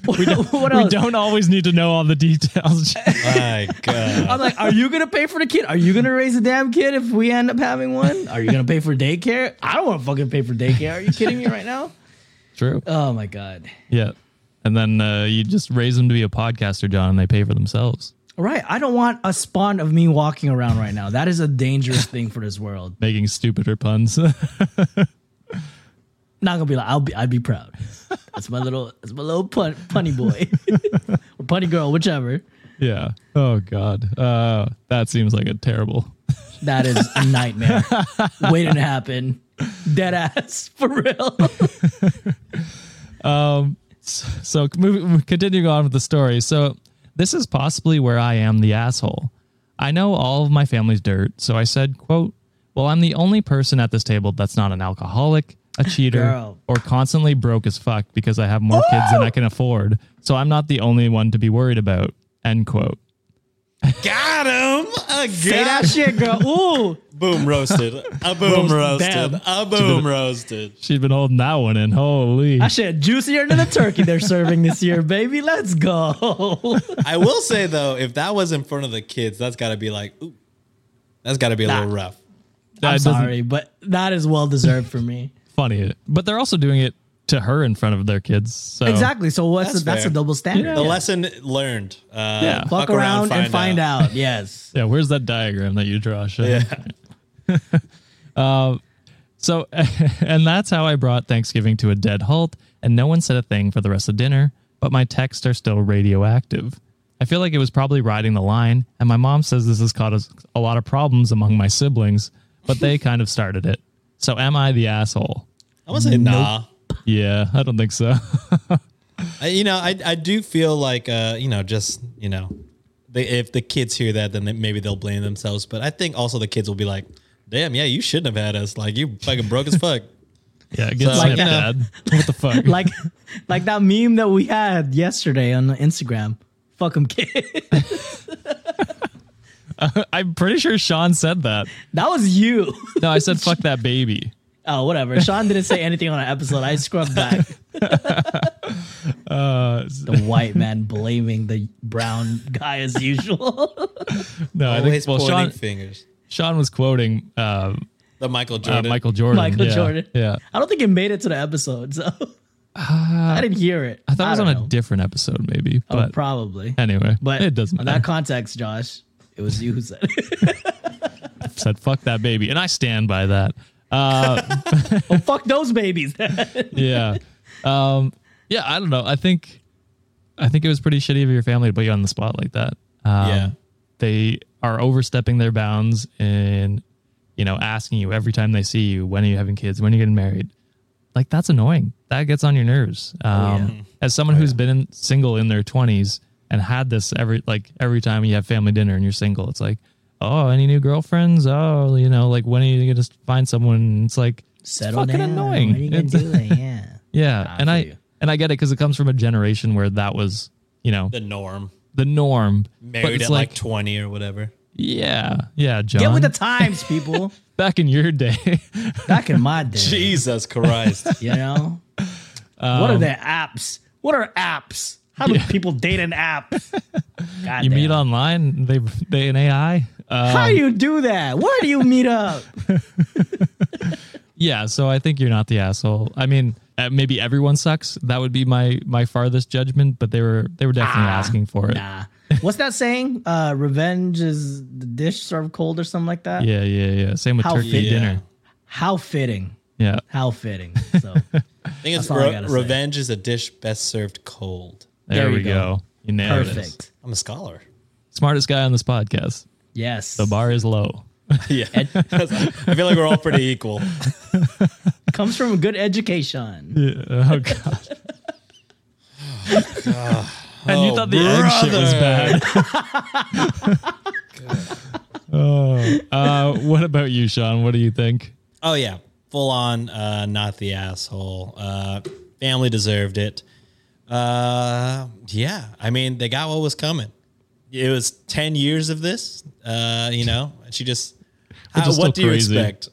what, *laughs* what we else? *laughs* don't always need to know all the *laughs* details. *laughs* My God. I'm like, are you gonna pay for the kid? Are you gonna raise a damn kid if we end up having one? Are you gonna pay for daycare? I don't want to fucking pay for daycare. Are you kidding me right *laughs* now? True. Oh my god. Yeah, and then uh, you just raise them to be a podcaster, John, and they pay for themselves. Right. I don't want a spawn of me walking around right now. That is a dangerous thing for this world. Making stupider puns. *laughs* not gonna be like I'll be. I'd be proud. That's my little. That's my little pun, punny boy or punny girl, whichever. yeah. Oh God. Uh, that seems like a terrible. That is a nightmare waiting to happen. Dead ass *laughs* for real. so move, continuing on with the story. So this is possibly where I am the asshole. I know all of my family's dirt, so I said, "quote Well, I'm the only person at this table that's not an alcoholic, *laughs* a cheater, Girl. or constantly broke as fuck because I have more kids than I can afford. So I'm not the only one to be worried about." End quote. Got him again. Say that shit, girl. Ooh, Boom roasted. A boom roasted. Damn. A boom roasted. She's been holding that one in. Holy! that shit juicier than the turkey they're serving this year, baby. Let's go. I will say though, if that was in front of the kids, that's got to be like, ooh, that's got to be a little rough. That I'm doesn't- sorry, but that is well deserved for me. Funny, but they're also doing it to her in front of their kids. So Exactly. So what's That's the, that's fair. a double standard. The lesson learned. Uh, Yeah. Fuck, around, and find out. Yes. Yeah, where's that diagram that you draw, Sean? Uh, Yeah. *laughs* So, *laughs* and that's how I brought Thanksgiving to a dead halt, and no one said a thing for the rest of dinner, but my texts are still radioactive. I feel like it was probably riding the line, and my mom says this has caused a lot of problems among my siblings, but they kind of started it. So, am I the asshole? I want to say nah. Yeah, I don't think so. *laughs* I, you know, I I do feel like uh, you know, just you know, they, if the kids hear that, then they, maybe they'll blame themselves. But I think also the kids will be like, damn, yeah, you shouldn't have had us. Like you fucking broke as fuck. Yeah, get So, snipped, you know- Dad. What the *laughs* fuck? like like that meme that we had yesterday on Instagram. Fuck 'em kid. I'm pretty sure Sean said that. *laughs* that was you. *laughs* No, I said fuck that baby. Oh, whatever. Sean didn't say anything on an episode. I scrubbed *laughs* back. Uh, *laughs* the white man blaming the brown guy as usual. *laughs* No, I Always think well, Sean, pointing fingers. Sean was quoting uh, The Michael uh, Jordan. Michael Jordan. Michael Yeah, Jordan. Yeah. Uh, I don't think it made it to the episode, so I didn't hear it. I thought it was on don't a know. different episode, maybe. Oh, But probably. anyway, But it doesn't on matter. that context, Josh, it was you who said *laughs* it. said fuck that baby, and I stand by that. oh, fuck those babies. *laughs* Yeah, um, yeah. I don't know. I think, I think it was pretty shitty of your family to put you on the spot like that. Um, Yeah. they are overstepping their bounds and you know asking you every time they see you, when are you having kids? When are you getting married? Like that's annoying. That gets on your nerves. Oh, Um, As someone who's been in, single in their twenties and had this every like every time you have family dinner and you're single, it's like, oh, any new girlfriends? Oh, you know, like when are you gonna find someone? It's like Settle fucking down. annoying. What are you gonna It's- do? Like, yeah. Yeah, I and feel I you. and I get it because it comes from a generation where that was you know The norm. the norm. but Married it's at like, 20 or whatever. yeah, yeah, John. Get with the times, people. back in your *laughs* day. *laughs* Back in my day, Jesus *laughs* Christ. you know. Um, what are the apps? What are apps? How do people date an *laughs* app? God you meet damn. online. They they an AI. Uh, How do you do that? Where do you meet up? *laughs* yeah, so I think you're not the asshole. I mean, uh, maybe everyone sucks. That would be my my farthest judgment. But they were they were definitely asking for it. Ah, Nah. What's that saying? Uh, revenge is the dish served cold or something like that. Yeah, yeah, yeah. Same with How turkey fit- dinner. How fitting. Yeah, How *laughs* fitting. So I think it's That's all I re- gotta say. revenge is a dish best served cold. there, There you we go. go. You nailed it. perfect. I'm a scholar. Smartest guy on this podcast. Yes. The bar is low. *laughs* Yeah. *laughs* I feel like we're all pretty equal. comes from a good education. *laughs* Oh god. and you thought the egg shit was bad. *laughs* oh, uh, what about you, Sean? What do you think? *laughs* Oh yeah, full on. Uh, not the asshole. Uh, family deserved it. Uh, yeah, I mean they got what was coming. It was ten years of this. Uh, you know, and she just. How, is what do still you crazy. expect?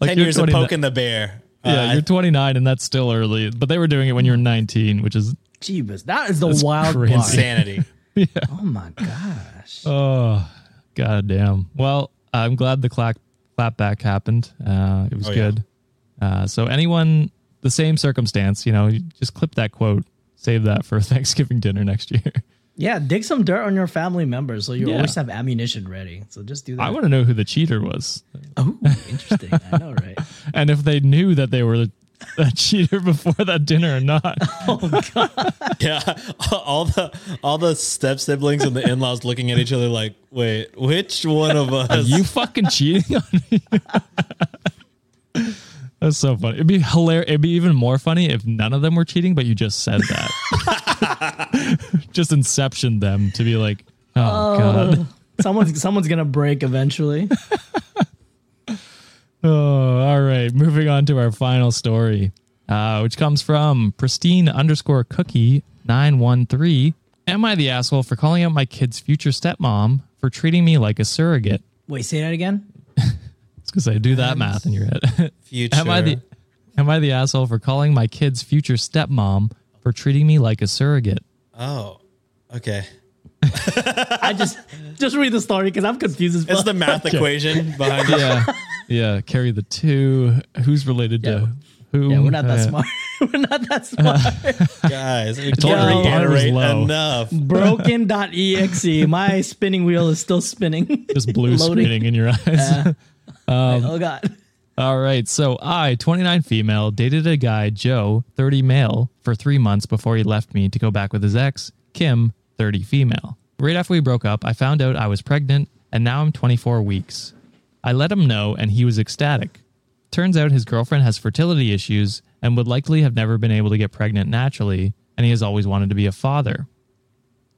Like ten you're years of 29 poking the bear. Yeah, Uh, you're 29, and that's still early. But they were doing it when you were 19, which is Jeebus, that is the wild crazy. part. *laughs* insanity. Oh my gosh. oh, goddamn. Well, I'm glad the clap clapback happened. Uh, it was Oh, yeah. good. Uh, so anyone, the same circumstance, you know, you just clip that quote, save that for *laughs* Thanksgiving dinner next year. yeah, dig some dirt on your family members so you Yeah. always have ammunition ready. So just do that. I want to know who the cheater was. oh, *laughs* interesting. I know, right? and if they knew that they were a *laughs* cheater before that dinner or not. Yeah, *laughs* all the all the step siblings and the in laws looking at each other like, wait, which one of us? *laughs* you fucking cheating on me. *laughs* That's so funny. It'd be hilarious. It'd be even more funny if none of them were cheating, but you just said *laughs* that. just inception them to be like, oh, god. Someone's someone's gonna break eventually. Oh, all right. Moving on to our final story, uh, which comes from pristine underscore cookie nine one three. Am I the asshole for calling out my kid's future stepmom for treating me like a surrogate? Wait, say that again. It's because I do that math in your head. *laughs* future. am I the am I the asshole for calling my kid's future stepmom for treating me like a surrogate? oh, *laughs* okay. I just *laughs* just read the story because I'm confused as It's fuck. the math equation behind it. Yeah, *laughs* yeah. Carry the two. Who's related to who? yeah, we're not that Uh, smart. *laughs* we're not that smart. *laughs* Guys, we can't already- Bar was reiterate low. *laughs* enough. Broken.exe. My spinning wheel is still spinning. Just *laughs* blue Loading. Uh, screening in your eyes. oh god. All right. So I, 29 female, dated a guy, Joe, 30 male, for three months before he left me to go back with his ex, Kim, 30 female. Right after we broke up, I found out I was pregnant and now I'm 24 weeks. I let him know and he was ecstatic. Turns out his girlfriend has fertility issues and would likely have never been able to get pregnant naturally, and he has always wanted to be a father.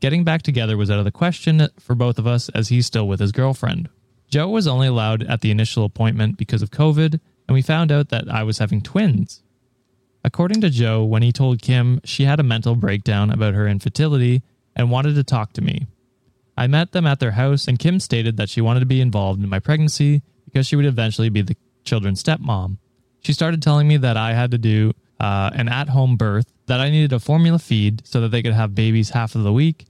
Getting back together was out of the question for both of us as he's still with his girlfriend. Joe was only allowed at the initial appointment because of COVID, and we found out that I was having twins. According to Joe, when he told Kim, she had a mental breakdown about her infertility and wanted to talk to me. I met them at their house, and Kim stated that she wanted to be involved in my pregnancy because she would eventually be the children's stepmom. She started telling me that I had to do uh, an at home birth, that I needed a formula feed so that they could have babies half of the week,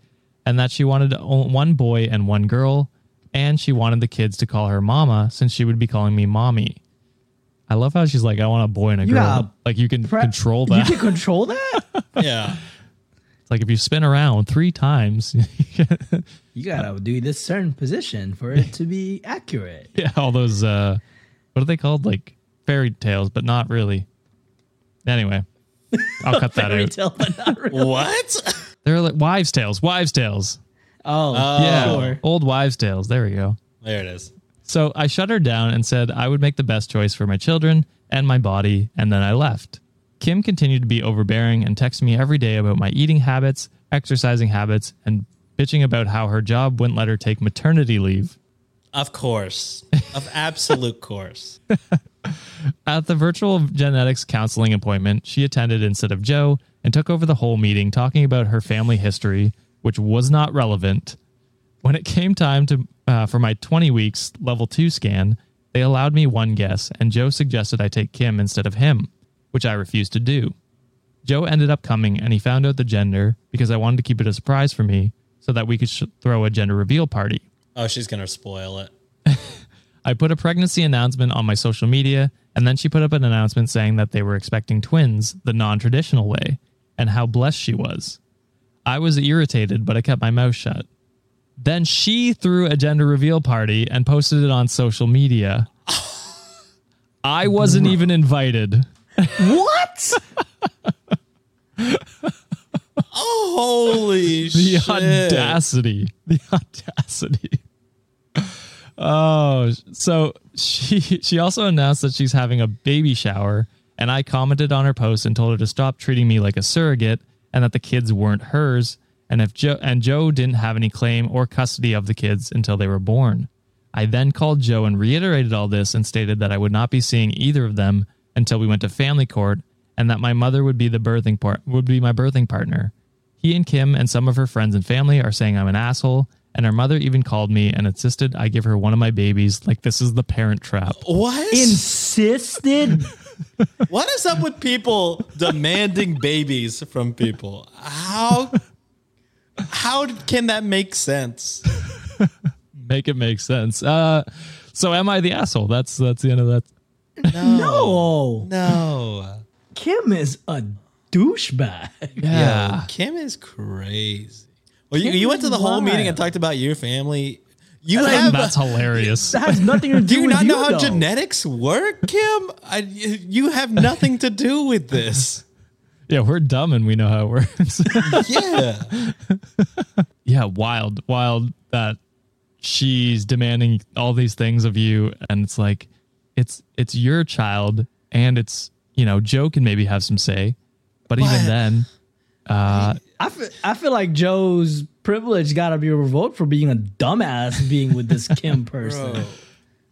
and that she wanted o- one boy and one girl, and she wanted the kids to call her mama since she would be calling me mommy. I love how she's like, I want a boy and a You girl. got Like, you can Pre- control that. You can control that? Yeah. It's like if you spin around three times, *laughs* You gotta do this certain position for it to be accurate. yeah, all those uh what are they called? Like fairy tales, but not really. Anyway, *laughs* I'll cut that Fairy out. tale, but not real. What? *laughs* They're like wives' tales, wives' tales. Oh, yeah, *laughs* sure. old wives' tales. There we go. There it is. So I shut her down and said I would make the best choice for my children and my body, and then I left. Kim continued to be overbearing and text me every day about my eating habits, exercising habits, and bitching about how her job wouldn't let her take maternity leave. Of course. Of absolute course. At the virtual genetics counseling appointment, she attended instead of Joe and took over the whole meeting talking about her family history, which was not relevant. When it came time to uh, for my 20 weeks level 2 scan, they allowed me one guess and Joe suggested I take Kim instead of him, which I refused to do. Joe ended up coming and he found out the gender because I wanted to keep it a surprise for me so that we could sh- throw a gender reveal party. Oh, she's gonna spoil *laughs* it. I put a pregnancy announcement on my social media, and then she put up an announcement saying that they were expecting twins the non traditional way and how blessed she was. I was irritated, but I kept my mouth shut. Then she threw a gender reveal party and posted it on social media. I wasn't even invited. What? Holy The shit! audacity. The *laughs* audacity. Oh, so she she also announced that she's having a baby shower and I commented on her post and told her to stop treating me like a surrogate and that the kids weren't hers and if Joe and Joe didn't have any claim or custody of the kids until they were born. I then called Joe and reiterated all this and stated that I would not be seeing either of them until we went to family court and that my mother would be the birthing part would be my birthing partner. He and Kim and some of her friends and family are saying I'm an asshole, and her mother even called me and insisted I give her one of my babies, like this is the parent trap. What? Insisted? what is up with people demanding babies from people? How? How can that make sense? Make it make sense. Uh, so am I the asshole? That's that's the end of that. No. No. Oh, Kim is a douchebag. Yeah. Kim is crazy. Well, you, Kim you went to is the whole meeting and wild. talked about your family. You have That's hilarious. That has nothing *laughs* to do, Do you with not you, know how though. genetics work, Kim? I, you have nothing to do *laughs* with this. Yeah, we're dumb and we know how it works. *laughs* Yeah. yeah, wild, wild that she's demanding all these things of you, and it's like, it's it's your child, and it's you know Joe can maybe have some say, but But- even then, I feel, I feel like Joe's privilege got to be revoked for being a dumbass being with this Kim person. *laughs* Bro,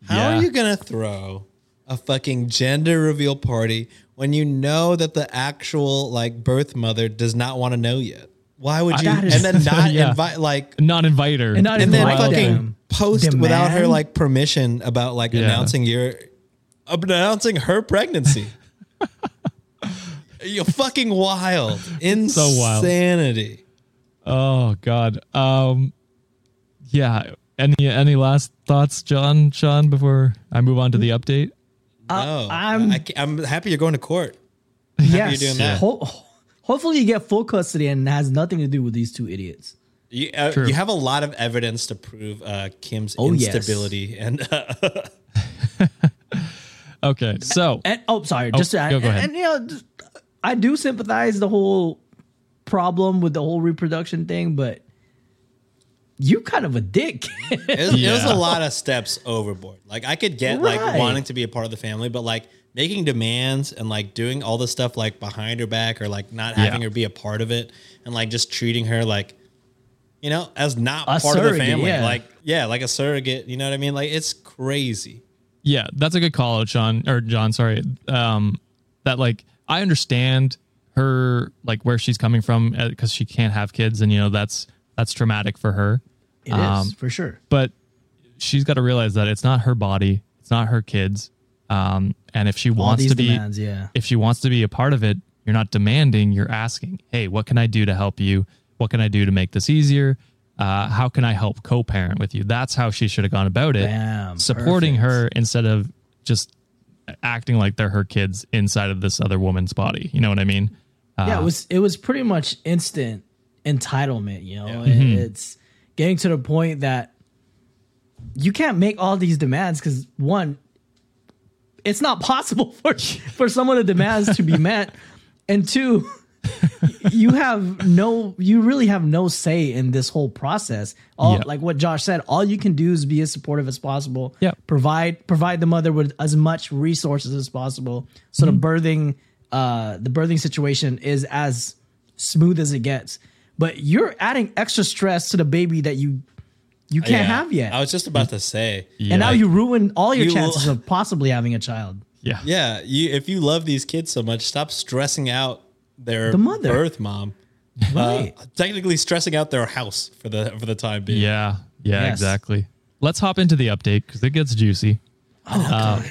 how Yeah. are you gonna throw a fucking gender reveal party when you know that the actual like birth mother does not want to know yet? Why would you? That And is- *laughs* then not Yeah. invite like, not invite her, And not and then Wild fucking damn post without her demand. like permission about like Yeah. announcing your uh, announcing *laughs* her pregnancy. You're fucking wild, insanity. So wild. Oh God. Um, yeah. Any any last thoughts, John? Sean, before I move on to the update. No, Uh, I'm- I, I, am happy you're going to court. yes. doing that. Ho- ho- hopefully you get full custody and it has nothing to do with these two idiots. You, uh, you have a lot of evidence to prove uh, Kim's Oh, yes. instability and *laughs* uh, Okay. So And oh, sorry, just to add, go- go ahead. And, you know, just- I do sympathize the whole problem with the whole reproduction thing, but you kind of a dick. *laughs* it, it was Yeah. a lot of steps overboard. Like I could get like Right. wanting to be a part of the family, but like making demands and like doing all the stuff like behind her back or like not having her be a part of it and like just treating her like you know as not A part of the surrogate, family. yeah. Like yeah, like a surrogate. You know what I mean? Like it's crazy. yeah, that's a good call out, Sean or John. Sorry. Um, that like I understand her like where she's coming from because she can't have kids, and you know that's that's traumatic for her. It is Um, for sure. but she's got to realize that it's not her body, it's not her kids, um, and if she wants these to be, demands, yeah. if she wants to be a part of it, you're not demanding, you're asking, hey, what can I do to help you? What can I do to make this easier? Uh, how can I help co-parent with you? That's how she should have gone about it, Bam, supporting perfect. her instead of just acting like they're her kids inside of this other woman's body. You know what I mean? yeah, it was it was pretty much instant entitlement, you know. And It's getting to the point that you can't make all these demands because one, it's not possible *laughs* for for some of the demands to be met, and two, you have no, you really have no say in this whole process. All Yeah. like what Josh said, all you can do is be as supportive as possible. Yeah. provide provide the mother with as much resources as possible, so Mm-hmm. the birthing uh the birthing situation is as smooth as it gets. But you're adding extra stress to the baby that you you can't Yeah. have yet, I was just about to say. and now you ruin all your You will- *laughs* chances of possibly having a child. Yeah. Yeah, you, if you love these kids so much, stop stressing out their The mother. birth mom. Right. Uh, technically, stressing out their house for the for the time being. Yeah. Yeah, Yes. exactly. Let's hop into the update because it gets juicy. Uh,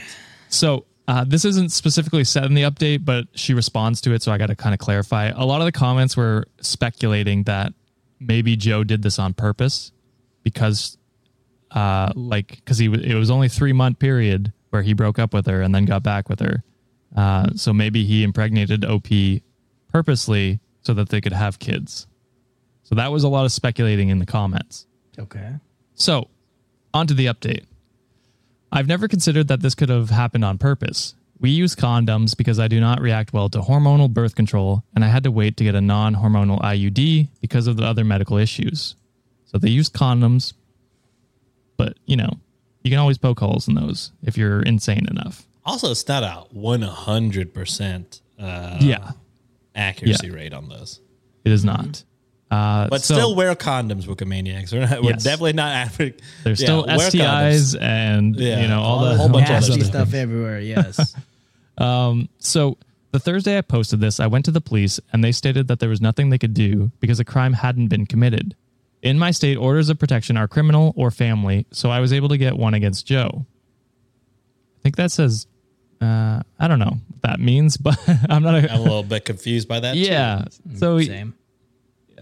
so uh, this isn't specifically said in the update, but she responds to it, so I got to kind of clarify. A lot of the comments were speculating that maybe Joe did this on purpose because, uh, like, because he w- it was only three month period where he broke up with her and then got back with her. Uh, so maybe he impregnated OP purposely so that they could have kids. So that was a lot of speculating in the comments. Okay. So, on to the update. I've never considered that this could have happened on purpose. We use condoms because I do not react well to hormonal birth control, and I had to wait to get a non hormonal IUD because of the other medical issues. So they use condoms, but you know, you can always poke holes in those if you're insane enough. Also, it's not a one hundred percent uh, yeah, accuracy Yeah. rate on those. Uh, it is not. Uh, Mm-hmm. But so still wear condoms, Wicomaniacs. *laughs* We're, not, we're Yes. definitely not advocating. there's still wear condoms. STIs and Yeah, you know all, the whole bunch of nasty Nasty other stuff everywhere. *laughs* Yes. So the Thursday I posted this, I went to the police and they stated that there was nothing they could do because a crime hadn't been committed. In my state, orders of protection are criminal or family, so I was able to get one against Joe. I think that says, uh, I don't know what that means, *laughs* but I'm not I'm a a. little bit confused by that. too. *laughs* Yeah. Oh, So he- Same.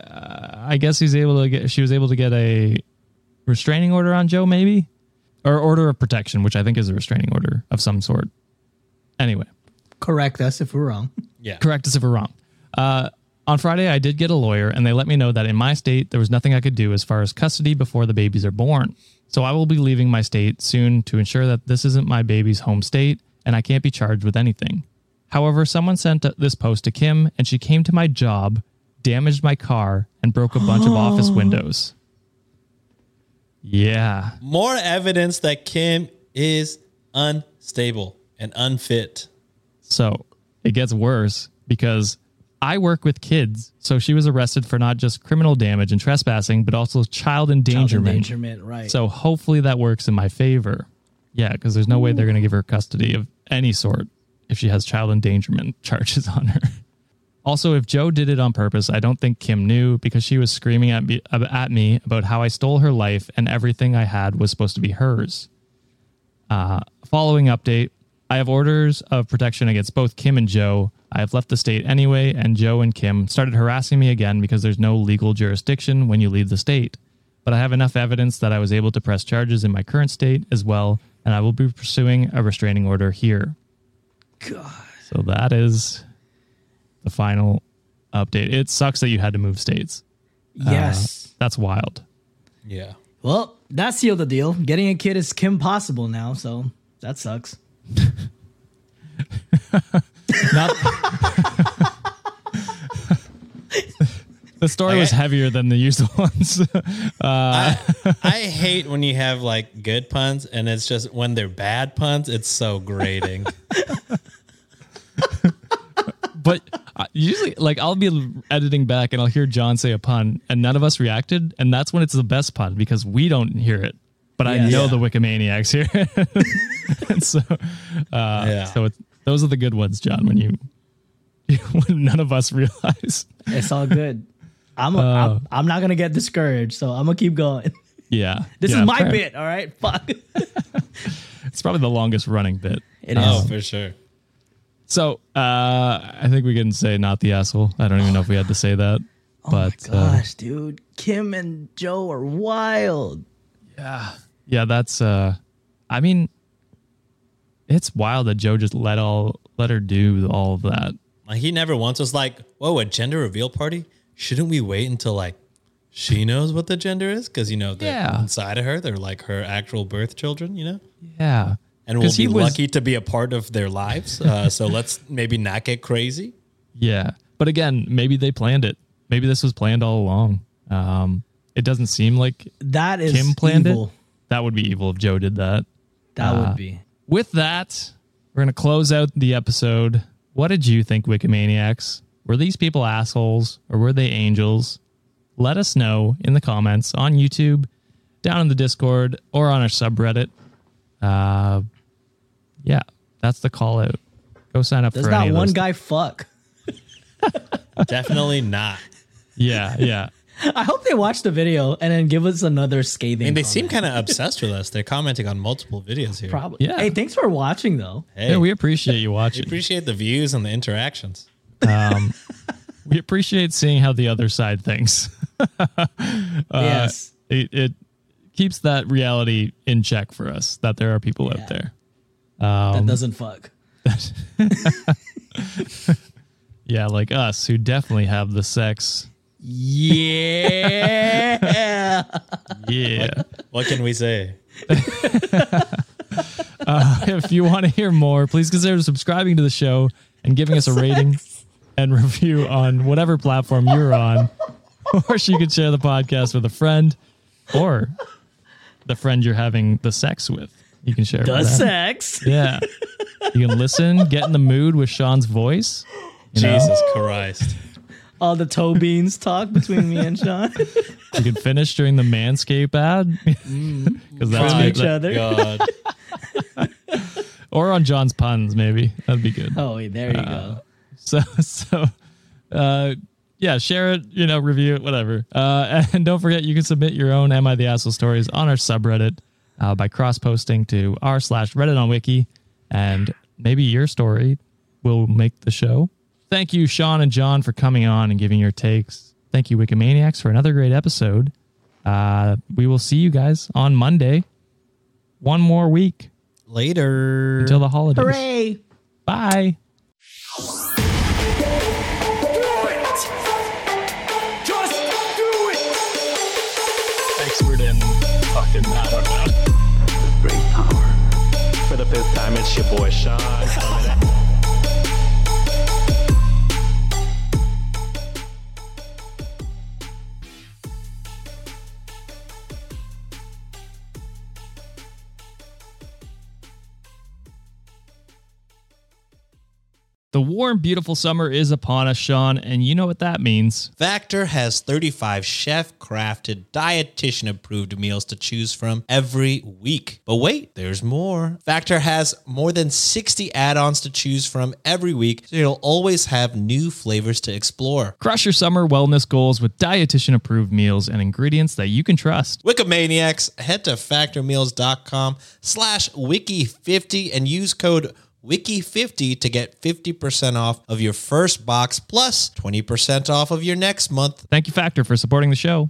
I guess he's able to get, she was able to get a restraining order on Joe, maybe? Or order of protection, which I think is a restraining order of some sort. Anyway. Correct us if we're wrong. Yeah. correct us if we're wrong. Uh, on Friday, I did get a lawyer, and they let me know that in my state, there was nothing I could do as far as custody before the babies are born. So I will be leaving my state soon to ensure that this isn't my baby's home state and I can't be charged with anything. However, someone sent this post to Kim, and she came to my job, damaged my car, and broke a bunch of office windows. Yeah. More evidence that Kim is unstable and unfit. So it gets worse because I work with kids. So she was arrested for not just criminal damage and trespassing, but also child endangerment. Endangerment, right. So hopefully that works in my favor. Yeah, because there's no way they're going to give her custody of any sort if she has child endangerment *laughs* charges on her. Also, if Joe did it on purpose, I don't think Kim knew because she was screaming at me, ab- at me about how I stole her life and everything I had was supposed to be hers. Uh, following update, I have orders of protection against both Kim and Joe. I have left the state anyway, and Joe and Kim started harassing me again because there's no legal jurisdiction when you leave the state. But I have enough evidence that I was able to press charges in my current state as well, and I will be pursuing a restraining order here. God. So that is the final update. It sucks that you had to move states. Uh-huh. Yes. That's wild. Yeah. well, that sealed the deal. Getting a kid is Kim possible now, so that sucks. Not- the story was heavier than the usual *laughs* ones. *laughs* I hate when you have like good puns and it's just when they're bad puns, it's *laughs* so grating. but I- usually like i'll be editing back and i'll hear john say a pun and none of us reacted and that's when it's the best pun because we don't hear it but i Yes. know Yeah. the wikimaniacs hear it and so yeah. *laughs* Uh, so it's, those are the good ones john when you *laughs* when none of us realize It's all good. I'm, a, Uh, I'm I'm not gonna get discouraged, so I'm gonna keep going. *laughs* yeah This Yeah, is my fair. bit, all right? Fuck. *laughs* It it's probably the longest running bit is. oh, for sure. so uh i think we can say not the asshole i don't even know if we had to say that Oh but uh, Gosh, dude, Kim and Joe are wild. Yeah, that's uh I mean it's wild that Joe just let all let her do all of that. Like he never once was like, "Whoa, a gender reveal party? Shouldn't we wait until like she knows what the gender is? Because you know, they're Yeah. inside of her, they're like her actual birth children, you know." Yeah. And we'll 'Cause he be was- lucky to be a part of their lives. *laughs* Uh, so let's maybe not get crazy. Yeah. But again, maybe they planned it. Maybe this was planned all along. Um it doesn't seem like That is Kim planned evil. it. Ah, That would be evil if Joe did that. That would be. With that, we're gonna close out the episode. What did you think, Wikimaniacs? Were these people assholes or were they angels? Let us know in the comments on YouTube, down in the Discord, or on our subreddit. Uh, yeah, That's the call out. Go sign up Does for not any of one those- guy fuck? *laughs* *laughs* Definitely not. Yeah, yeah. I hope they watch the video and then give us another I scathing. mean, they comment. seem kind of obsessed with us. They're commenting on multiple videos here. probably. Yeah. Hey, thanks for watching though. Hey, Yeah, we we appreciate you watching. appreciate the views and the interactions. we appreciate seeing how the other side thinks. *laughs* Uh, yes. It, it keeps that reality in check for us that there are people Yeah. out there. that um, doesn't fuck. Yeah, like us who definitely have the sex. *laughs* Yeah. Yeah. What can we say? if you want to hear more, please consider subscribing to the show and giving us a rating and review on whatever platform you're on. *laughs* Or you could share the podcast with a friend or the friend you're having the sex with. You can share it the with them. sex. Yeah. You can listen, get in the mood with Sean's voice. You, know, Jesus Christ. All the toe beans talk between me and Sean. *laughs* you can finish during the Manscaped ad. *laughs* Because that's From Right. each other. *laughs* God. Or on John's puns, maybe. That'd be good. Oh, wait, there you Uh, go. *laughs* So so uh yeah, share it, you know, review it, whatever. Uh *laughs* and don't forget you can submit your own Am I the Asshole stories on our subreddit uh, by cross posting to r slash Reddit on Wiki and maybe your story will make the show. Thank you, Sean and John, for coming on and giving your takes. Thank you, Wikimaniacs, for another great episode. Uh, we will see you guys on Monday. One more week Later. until the holidays. Hooray. Bye. Expert in fucking, I don't know. great power. For the fifth time, it's your boy Sean. coming at- The warm, beautiful summer is upon us, Sean, and you know what that means. Factor has 35 chef crafted, dietitian approved meals to choose from every week. But wait, there's more. Factor has more than 60 add ons to choose from every week, so you'll always have new flavors to explore. Crush your summer wellness goals with dietitian approved meals and ingredients that you can trust. Wikimaniacs, head to factormeals.com slash wiki50 and use code wiki50 to get 50% off of your first box plus 20% off of your next month. Thank you, Factor, for supporting the show.